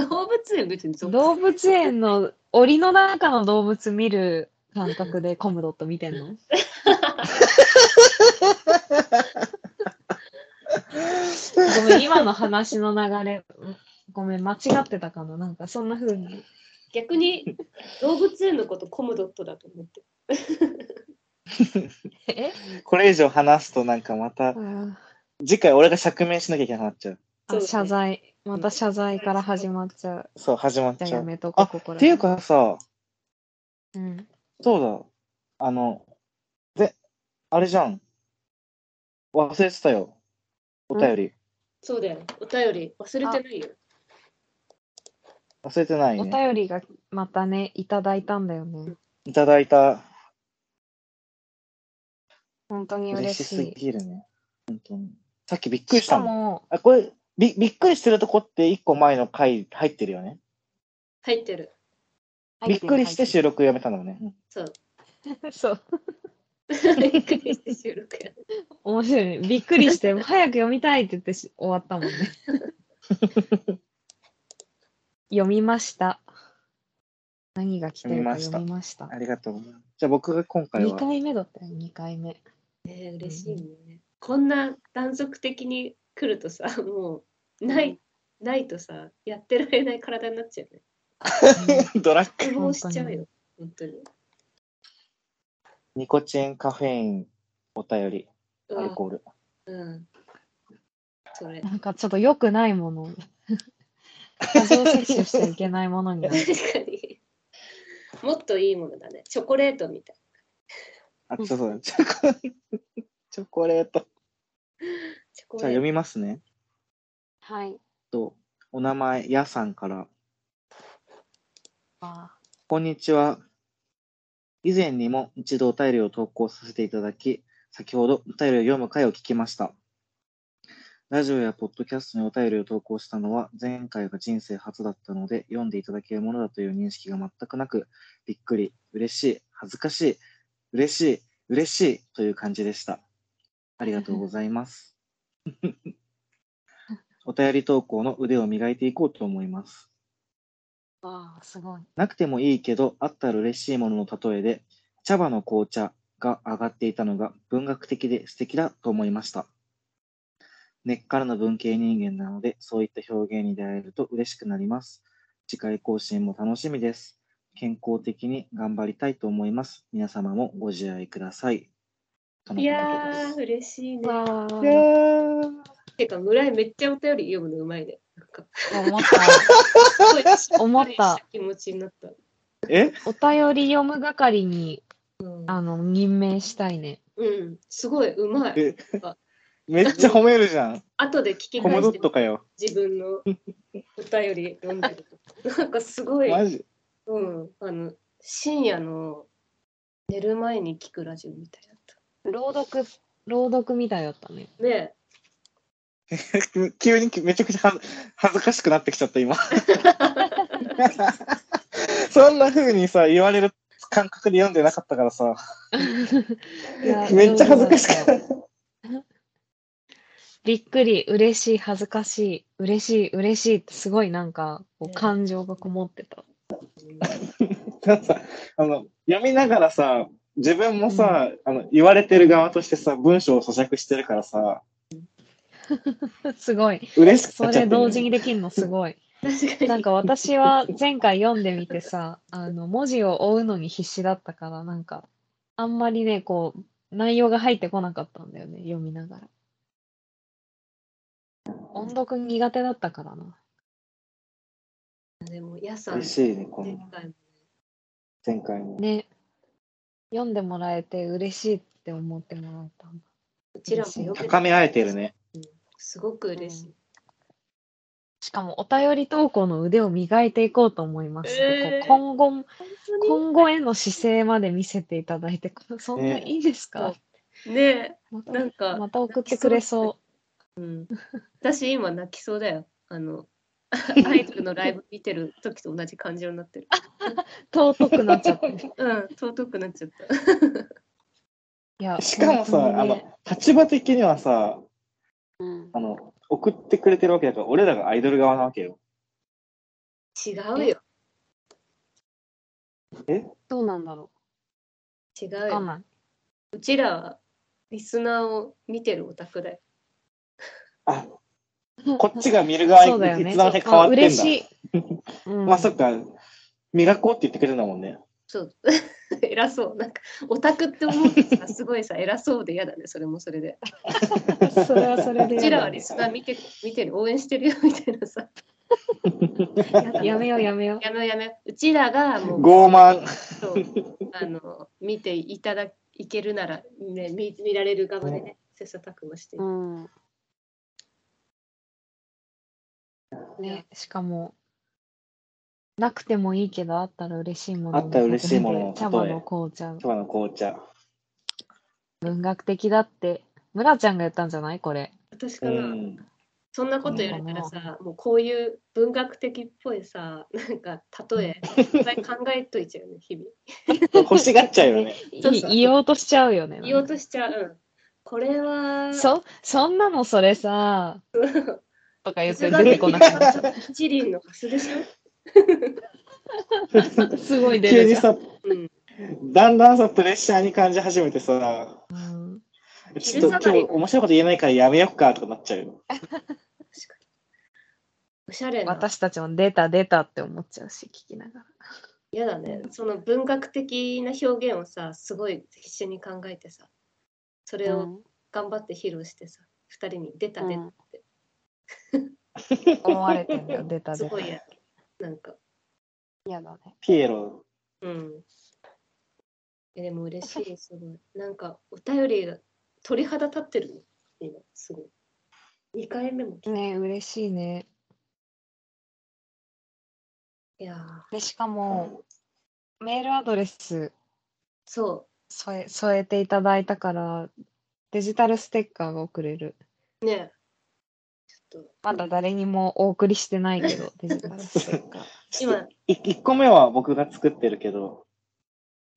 Speaker 2: 動物園別に属
Speaker 1: 動物園の檻の中の動物見る感覚でコムドット見てん のごめん、今の話の流れ、うんごめん、間違ってたかも。なんかそんな風に。
Speaker 2: 逆に動物園のことコムドットだと思って
Speaker 1: え
Speaker 3: これ以上話すとなんかまた、次回俺が釈明しなきゃいけなくなっちゃう。
Speaker 2: そう
Speaker 1: あ
Speaker 2: ね
Speaker 1: 謝罪。また謝罪から始まっちゃう。
Speaker 3: そう、始まっ
Speaker 1: じゃあ
Speaker 3: ちゃ
Speaker 1: や
Speaker 3: う。
Speaker 1: めとこ
Speaker 3: あ
Speaker 1: う、ここら。
Speaker 3: っていう、かさ、
Speaker 1: うん。
Speaker 3: そうだ、あの、で、あれじゃん。忘れてたよ。お便り。
Speaker 2: そうだよお便り忘れてないよ
Speaker 3: 忘れてない
Speaker 1: お
Speaker 3: ね。
Speaker 1: 便りがまたね、いただいたんだよね。
Speaker 3: いただいた。
Speaker 1: 本当に
Speaker 3: 嬉
Speaker 1: 嬉
Speaker 3: し
Speaker 1: し
Speaker 3: す
Speaker 1: い。
Speaker 3: ぎるね。本当に。さっきびっくりし
Speaker 1: したか
Speaker 3: もん。
Speaker 1: も、
Speaker 3: あ、これ、 びびっくりしてるとこって一個前の回入ってるよね。
Speaker 2: 入ってる
Speaker 3: びっくりして収録やめたんだよね。
Speaker 2: そう。
Speaker 1: そう。
Speaker 2: びっくりして収録やる。
Speaker 1: 面白いね。びっくりして、早く読みたいって言ってし終わ ったもんね。読みました。何が来てるか読みました。
Speaker 3: ありがとう。じゃあ僕が今回
Speaker 1: 二2
Speaker 3: は。
Speaker 1: 回目だったよ、2回目。
Speaker 2: ね嬉しいね。こんな断続的に来るとさ、もうない、ないとさ、やってられない体になっちゃうね。
Speaker 3: ドラッグ。
Speaker 2: 希望しちゃうよ、本当に。
Speaker 3: ニコチン、カフェイン、お便り、
Speaker 2: う
Speaker 3: アル
Speaker 2: わ
Speaker 3: コール。
Speaker 2: うん。それ。
Speaker 1: なんかちょっと良くないもの。過剰摂取しちゃいけないものになる。
Speaker 2: 確かに。もっといいものだね。チョコレートみたい。
Speaker 3: あ、そうそう。チョコレート。チョコレート。
Speaker 2: チョコ
Speaker 3: じゃあ
Speaker 2: レー
Speaker 3: 読みますね。
Speaker 4: はい。
Speaker 3: と、お名前、やさんから。
Speaker 1: あ
Speaker 3: こんにちは。以前にも一度お便りを投稿させていただき、先ほどお便りを読む回を聞きました。ラジオやポッドキャストにお便りを投稿したのは前回が人生初だったので読んでいただけるものだという認識が全くなく、びっくり、嬉しい、恥ずかしい、嬉しい、嬉しいという感じでした。ありがとうございます。お便り投稿の腕を磨いていこうと思います。
Speaker 4: わあ、すごい。
Speaker 3: なくてもいいけど、あったら嬉しいものの例えで、茶葉の紅茶が上がっていたのが文学的で素敵だと思いました。根っからの文系人間なので、そういった表現に出会えると嬉しくなります。次回更新も楽しみです。健康的に頑張りたいと思います。皆様もご自愛ください。と
Speaker 2: ト。
Speaker 3: のこ
Speaker 2: い
Speaker 3: と
Speaker 2: やー、
Speaker 3: で
Speaker 2: 嬉しい
Speaker 1: ー
Speaker 2: ね。
Speaker 1: わ
Speaker 3: す。いや
Speaker 1: ー
Speaker 3: ー
Speaker 2: てか、村井めっちゃお便り読むのうまい ね。なんか、
Speaker 1: 思った。
Speaker 2: すごい
Speaker 1: 思った。
Speaker 2: 気持ちになった。
Speaker 3: え
Speaker 1: お便り読む係に、
Speaker 2: うん、
Speaker 1: あの、任命したいね。
Speaker 2: うん、すごい、うまい。
Speaker 3: えめっちゃ褒めるじゃん。
Speaker 2: 後で聞き
Speaker 3: コモ
Speaker 2: 返
Speaker 3: ド
Speaker 2: し
Speaker 3: ッ
Speaker 2: て、
Speaker 3: トかよ。
Speaker 2: 自分のお便り読んでると。なんかすごい、
Speaker 3: マジ
Speaker 2: うん、あの、深夜の寝る前に聞くラジオみたいだっ
Speaker 1: 朗読、朗読みたいだったね。
Speaker 2: た。ね
Speaker 3: 急にめちゃくちゃ恥ず恥ずかしくなってきちゃった今そんな風にさ言われる感覚で読んでなかったからさ
Speaker 1: いや
Speaker 3: めっちゃ恥ずかし
Speaker 1: 上手だったよびっくり、嬉しい、恥ずかしい、嬉しい、嬉しいって、すごいなんか、こ
Speaker 2: ね
Speaker 1: う感情がこもってた。
Speaker 3: なんかさあの読みながらさ自分もさ、あの言われてる側としてさ文章を咀嚼してるからさ
Speaker 1: すごい。
Speaker 3: 嬉しく
Speaker 1: そ
Speaker 3: なっちゃって
Speaker 1: れ
Speaker 3: る
Speaker 1: 同時にできるのすごい。
Speaker 2: 確かに。
Speaker 1: なんか私は前回読んでみてさ、あの、文字を追うのに必死だったから、なんか、あんまりね、こう、内容が入ってこなかったんだよね、読みながら。音読苦手だったからな。
Speaker 2: でも、やさん、
Speaker 3: 嬉
Speaker 2: 前
Speaker 3: しいねこの
Speaker 2: 回も
Speaker 3: 前回も
Speaker 1: ね。読んでもらえて嬉しいって思ってもらえたんだ。
Speaker 2: うちらもよく
Speaker 3: 高め合えてるね
Speaker 2: すごく嬉しい。
Speaker 1: しかもお便り投稿の腕を磨いていこうと思います。
Speaker 2: え
Speaker 1: こ
Speaker 2: ー
Speaker 1: う今後も、
Speaker 2: 本
Speaker 1: 今後への姿勢まで見せていただいて、このそんな
Speaker 3: ね
Speaker 1: いいですか、
Speaker 2: 当にね
Speaker 1: また
Speaker 2: え、なんか、
Speaker 1: また送ってくれそ
Speaker 2: 私今泣きそうだよ。あ の、アイドルのライブ見てる時と同じ感情になってる。
Speaker 1: う。尊くなっちゃってる。
Speaker 2: うん、尊くなっちゃった。
Speaker 1: いや、
Speaker 3: しかもさ、
Speaker 1: 本当
Speaker 3: あ
Speaker 1: に
Speaker 3: の
Speaker 1: ね
Speaker 3: 立場的にはさ
Speaker 4: うん。
Speaker 3: あの送ってくれてるわけだから俺らがアイドル側なわけよ
Speaker 2: 違うよ。
Speaker 4: どうなんだろ。
Speaker 2: 違う
Speaker 1: わかん
Speaker 2: よ。
Speaker 1: ないう
Speaker 2: ちらはリスナーを見てるオタクだよ。
Speaker 3: あ、こっちが見る側
Speaker 1: そうだよ
Speaker 3: に
Speaker 1: ね。
Speaker 3: 一段で変わってん
Speaker 1: 嬉
Speaker 3: だ。
Speaker 1: しい。うん
Speaker 3: まあそっか、磨こうって言ってくれるんだもんね。
Speaker 2: そう。 偉そう。なんか、オタクって思うと さ、すごいさ、偉そうで嫌だね、それもそれ で。
Speaker 1: それはそれで
Speaker 2: う
Speaker 1: や
Speaker 2: ちらは
Speaker 1: だ
Speaker 2: リスナー見て見てる、応援してるよみたいな さ。やだ
Speaker 1: や
Speaker 2: や
Speaker 1: めようやめよう。
Speaker 2: めようやめよう。うちらがもう、
Speaker 3: 傲慢。
Speaker 2: そうあの見ていただいけるなら、ね、見見られる側でね、切磋琢磨していうく。
Speaker 4: うん。
Speaker 1: ね、しかも、なくてもいいけど、あったら嬉しいもの。
Speaker 3: あったら嬉しいものの
Speaker 1: 茶葉
Speaker 3: 例え
Speaker 1: の紅茶。
Speaker 3: 今日の紅茶。
Speaker 1: 文学的だって、村ちゃんが言ったんじゃないこれ。
Speaker 2: 私
Speaker 3: う
Speaker 2: から、
Speaker 3: ん。
Speaker 2: そんなこと言われたらさ、もうこういう文学的っぽいさ、 なんか例え、いっぱい考えといちゃうよね、日々。
Speaker 3: 欲しがっちゃうよね。
Speaker 1: い
Speaker 2: そうそう
Speaker 1: 言おうとしちゃうよね。
Speaker 2: 言おうとしちゃう。うん、これは、
Speaker 1: そ、そんなのそれさ、とか言って
Speaker 2: 哲学
Speaker 1: 出てこなくなっちゃ
Speaker 2: 一輪のハスでしょ
Speaker 1: う。すごい出
Speaker 3: 急
Speaker 1: る
Speaker 3: に
Speaker 1: じゃん。
Speaker 3: さ、
Speaker 2: うん。
Speaker 3: だんだんさ、プレッシャーに感じ始めてさ、
Speaker 1: うん
Speaker 3: ちょっと今日面白いこと言えないからやめよっかとかなっちゃうよ。
Speaker 2: 確かに。おしゃれな。
Speaker 1: 私たちも出た出たって思っちゃうし、聞きながら。
Speaker 2: 嫌だね。その文学的な表現をさ、すごい必死に考えてさ、それを頑張って披露してさ、二人に出た出たって、
Speaker 1: 思われてんだよ、出た
Speaker 2: す
Speaker 1: 出た
Speaker 2: ご。いやなんか、
Speaker 4: 嫌だね。
Speaker 3: ピエロ。
Speaker 2: うん。えでも嬉しい、すごい。なんか、お便りが鳥肌立ってるの、今、すごい。二回目も来た。
Speaker 1: ね嬉しいね。
Speaker 2: いやー
Speaker 1: で、しかも、メールアドレス
Speaker 2: そ
Speaker 1: 添え添えていただいたから、デジタルステッカーが送れる。
Speaker 2: う、ねえちょっと、
Speaker 1: まだ誰にもお送りしてないけど、デジタルステッカー。
Speaker 2: 今、
Speaker 3: 1個目は僕が作ってるけど、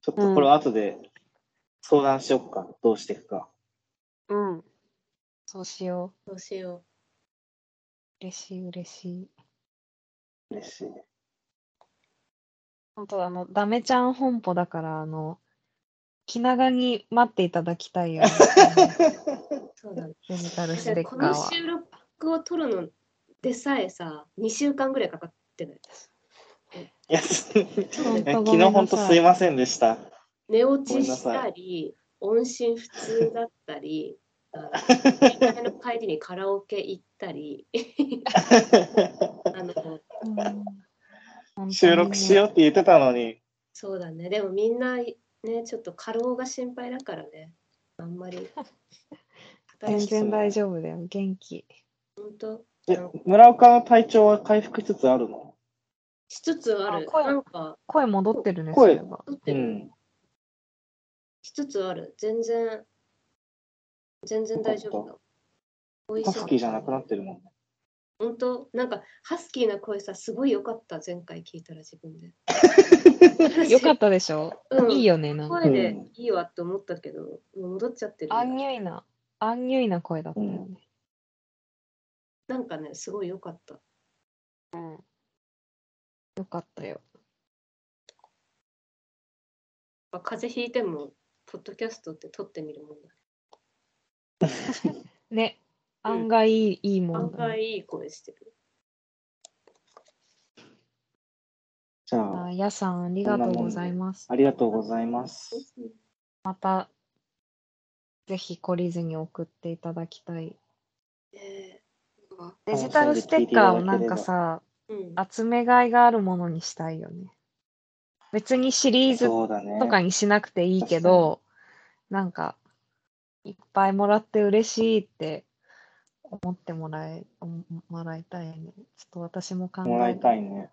Speaker 3: ちょっとこれは後で相談しよっか、どうしていくか。
Speaker 4: うん。
Speaker 1: そうしよ
Speaker 2: どうしよ
Speaker 1: う。嬉しい、嬉しい。
Speaker 3: 嬉しい。
Speaker 1: 本当あの、ダメちゃん本舗だから、あの、気長に待っていただきたいよ、ね、
Speaker 2: う。そうだね。
Speaker 1: デジタルス
Speaker 2: だ
Speaker 1: テ
Speaker 2: って
Speaker 1: ッ
Speaker 2: こ
Speaker 1: カー
Speaker 2: の
Speaker 1: は。
Speaker 2: 収録を撮るのでさえさ、2週間ぐらいかかってない。
Speaker 3: いや、す
Speaker 1: 本当
Speaker 3: 昨日本当すい
Speaker 1: い
Speaker 3: ませんでした。
Speaker 2: 寝落ちしたり、音信不通だったり、あ の家の帰りにカラオケ行ったり、あの
Speaker 1: ません。うん
Speaker 3: 収録しようって言ってたのに、
Speaker 2: そうだね、でもみんなね、ちょっと過労が心配だからね、あんまり。
Speaker 1: 全然大丈夫だよ、元気。
Speaker 2: 本当
Speaker 3: え村岡の体調は回復しつつあるの
Speaker 2: しつつある。
Speaker 1: あ声
Speaker 2: なんか、
Speaker 1: 声戻ってるね、
Speaker 3: 声
Speaker 1: そういえば
Speaker 2: 撮っ
Speaker 3: う
Speaker 2: てる
Speaker 3: ん。
Speaker 2: しつつある。全然、全然大丈夫だ。おい
Speaker 3: ハスキーじゃなくなってるもん。
Speaker 2: 本当なんか、ハスキーな声さ、すごい良かった、前回聞いたら自 分で。
Speaker 1: よかったでしょ、
Speaker 2: うん
Speaker 1: いいよね、なんか。
Speaker 2: 声でいいわって思ったけど、もう戻っちゃってる
Speaker 1: アンニュイな、アンニュイな声だったよね。
Speaker 2: なんかね、すごい良かった。
Speaker 4: うん。
Speaker 1: よかったよ。
Speaker 2: まあ風邪ひいても、ポッドキャストって撮ってみるもんだ。
Speaker 1: ね、
Speaker 2: うん
Speaker 1: 案外いい,、いいも
Speaker 2: 案
Speaker 1: んだ、
Speaker 2: 外
Speaker 1: ね。
Speaker 2: いい声してる。
Speaker 3: じゃ
Speaker 1: あ
Speaker 3: あ、
Speaker 1: やさん、ありがとうございます。
Speaker 3: ありがとうございます。
Speaker 1: また、ぜひ懲りずに送っていただきたい。
Speaker 2: えーなんか
Speaker 1: デジタルステッカーをなんかさ、
Speaker 2: うん、
Speaker 1: 集め買いがあるものにしたいよね。別にシリーズ
Speaker 3: そうだね。
Speaker 1: とかにしなくていいけど、なんか、いっぱいもらって嬉しいって思ってもらえ、ももらいたいね。ちょっと私も考
Speaker 3: もら
Speaker 1: え
Speaker 3: いたいね。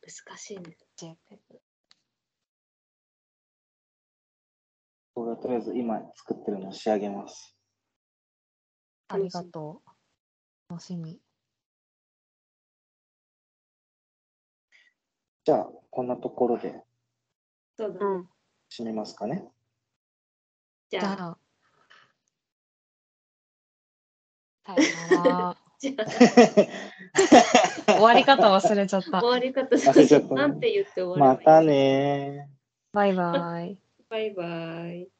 Speaker 2: 難しいね。
Speaker 1: て。
Speaker 3: 僕はとりあえず今作ってるの仕上げます。
Speaker 1: ありがとう。楽しみ。
Speaker 3: じゃあ、こんなところで
Speaker 2: そうだ
Speaker 4: う
Speaker 2: ね。
Speaker 4: ん。
Speaker 3: 締めますかね。
Speaker 2: じ
Speaker 1: じゃ
Speaker 2: ゃあ、
Speaker 1: あ、さよなら。
Speaker 2: じゃあ、
Speaker 1: 終わり方忘れちゃった
Speaker 2: 終。わり方
Speaker 3: 忘れちゃったね
Speaker 2: なんて言って終わればい
Speaker 3: ま
Speaker 2: い
Speaker 3: たねー。
Speaker 1: バイバイ。
Speaker 2: バイバイ。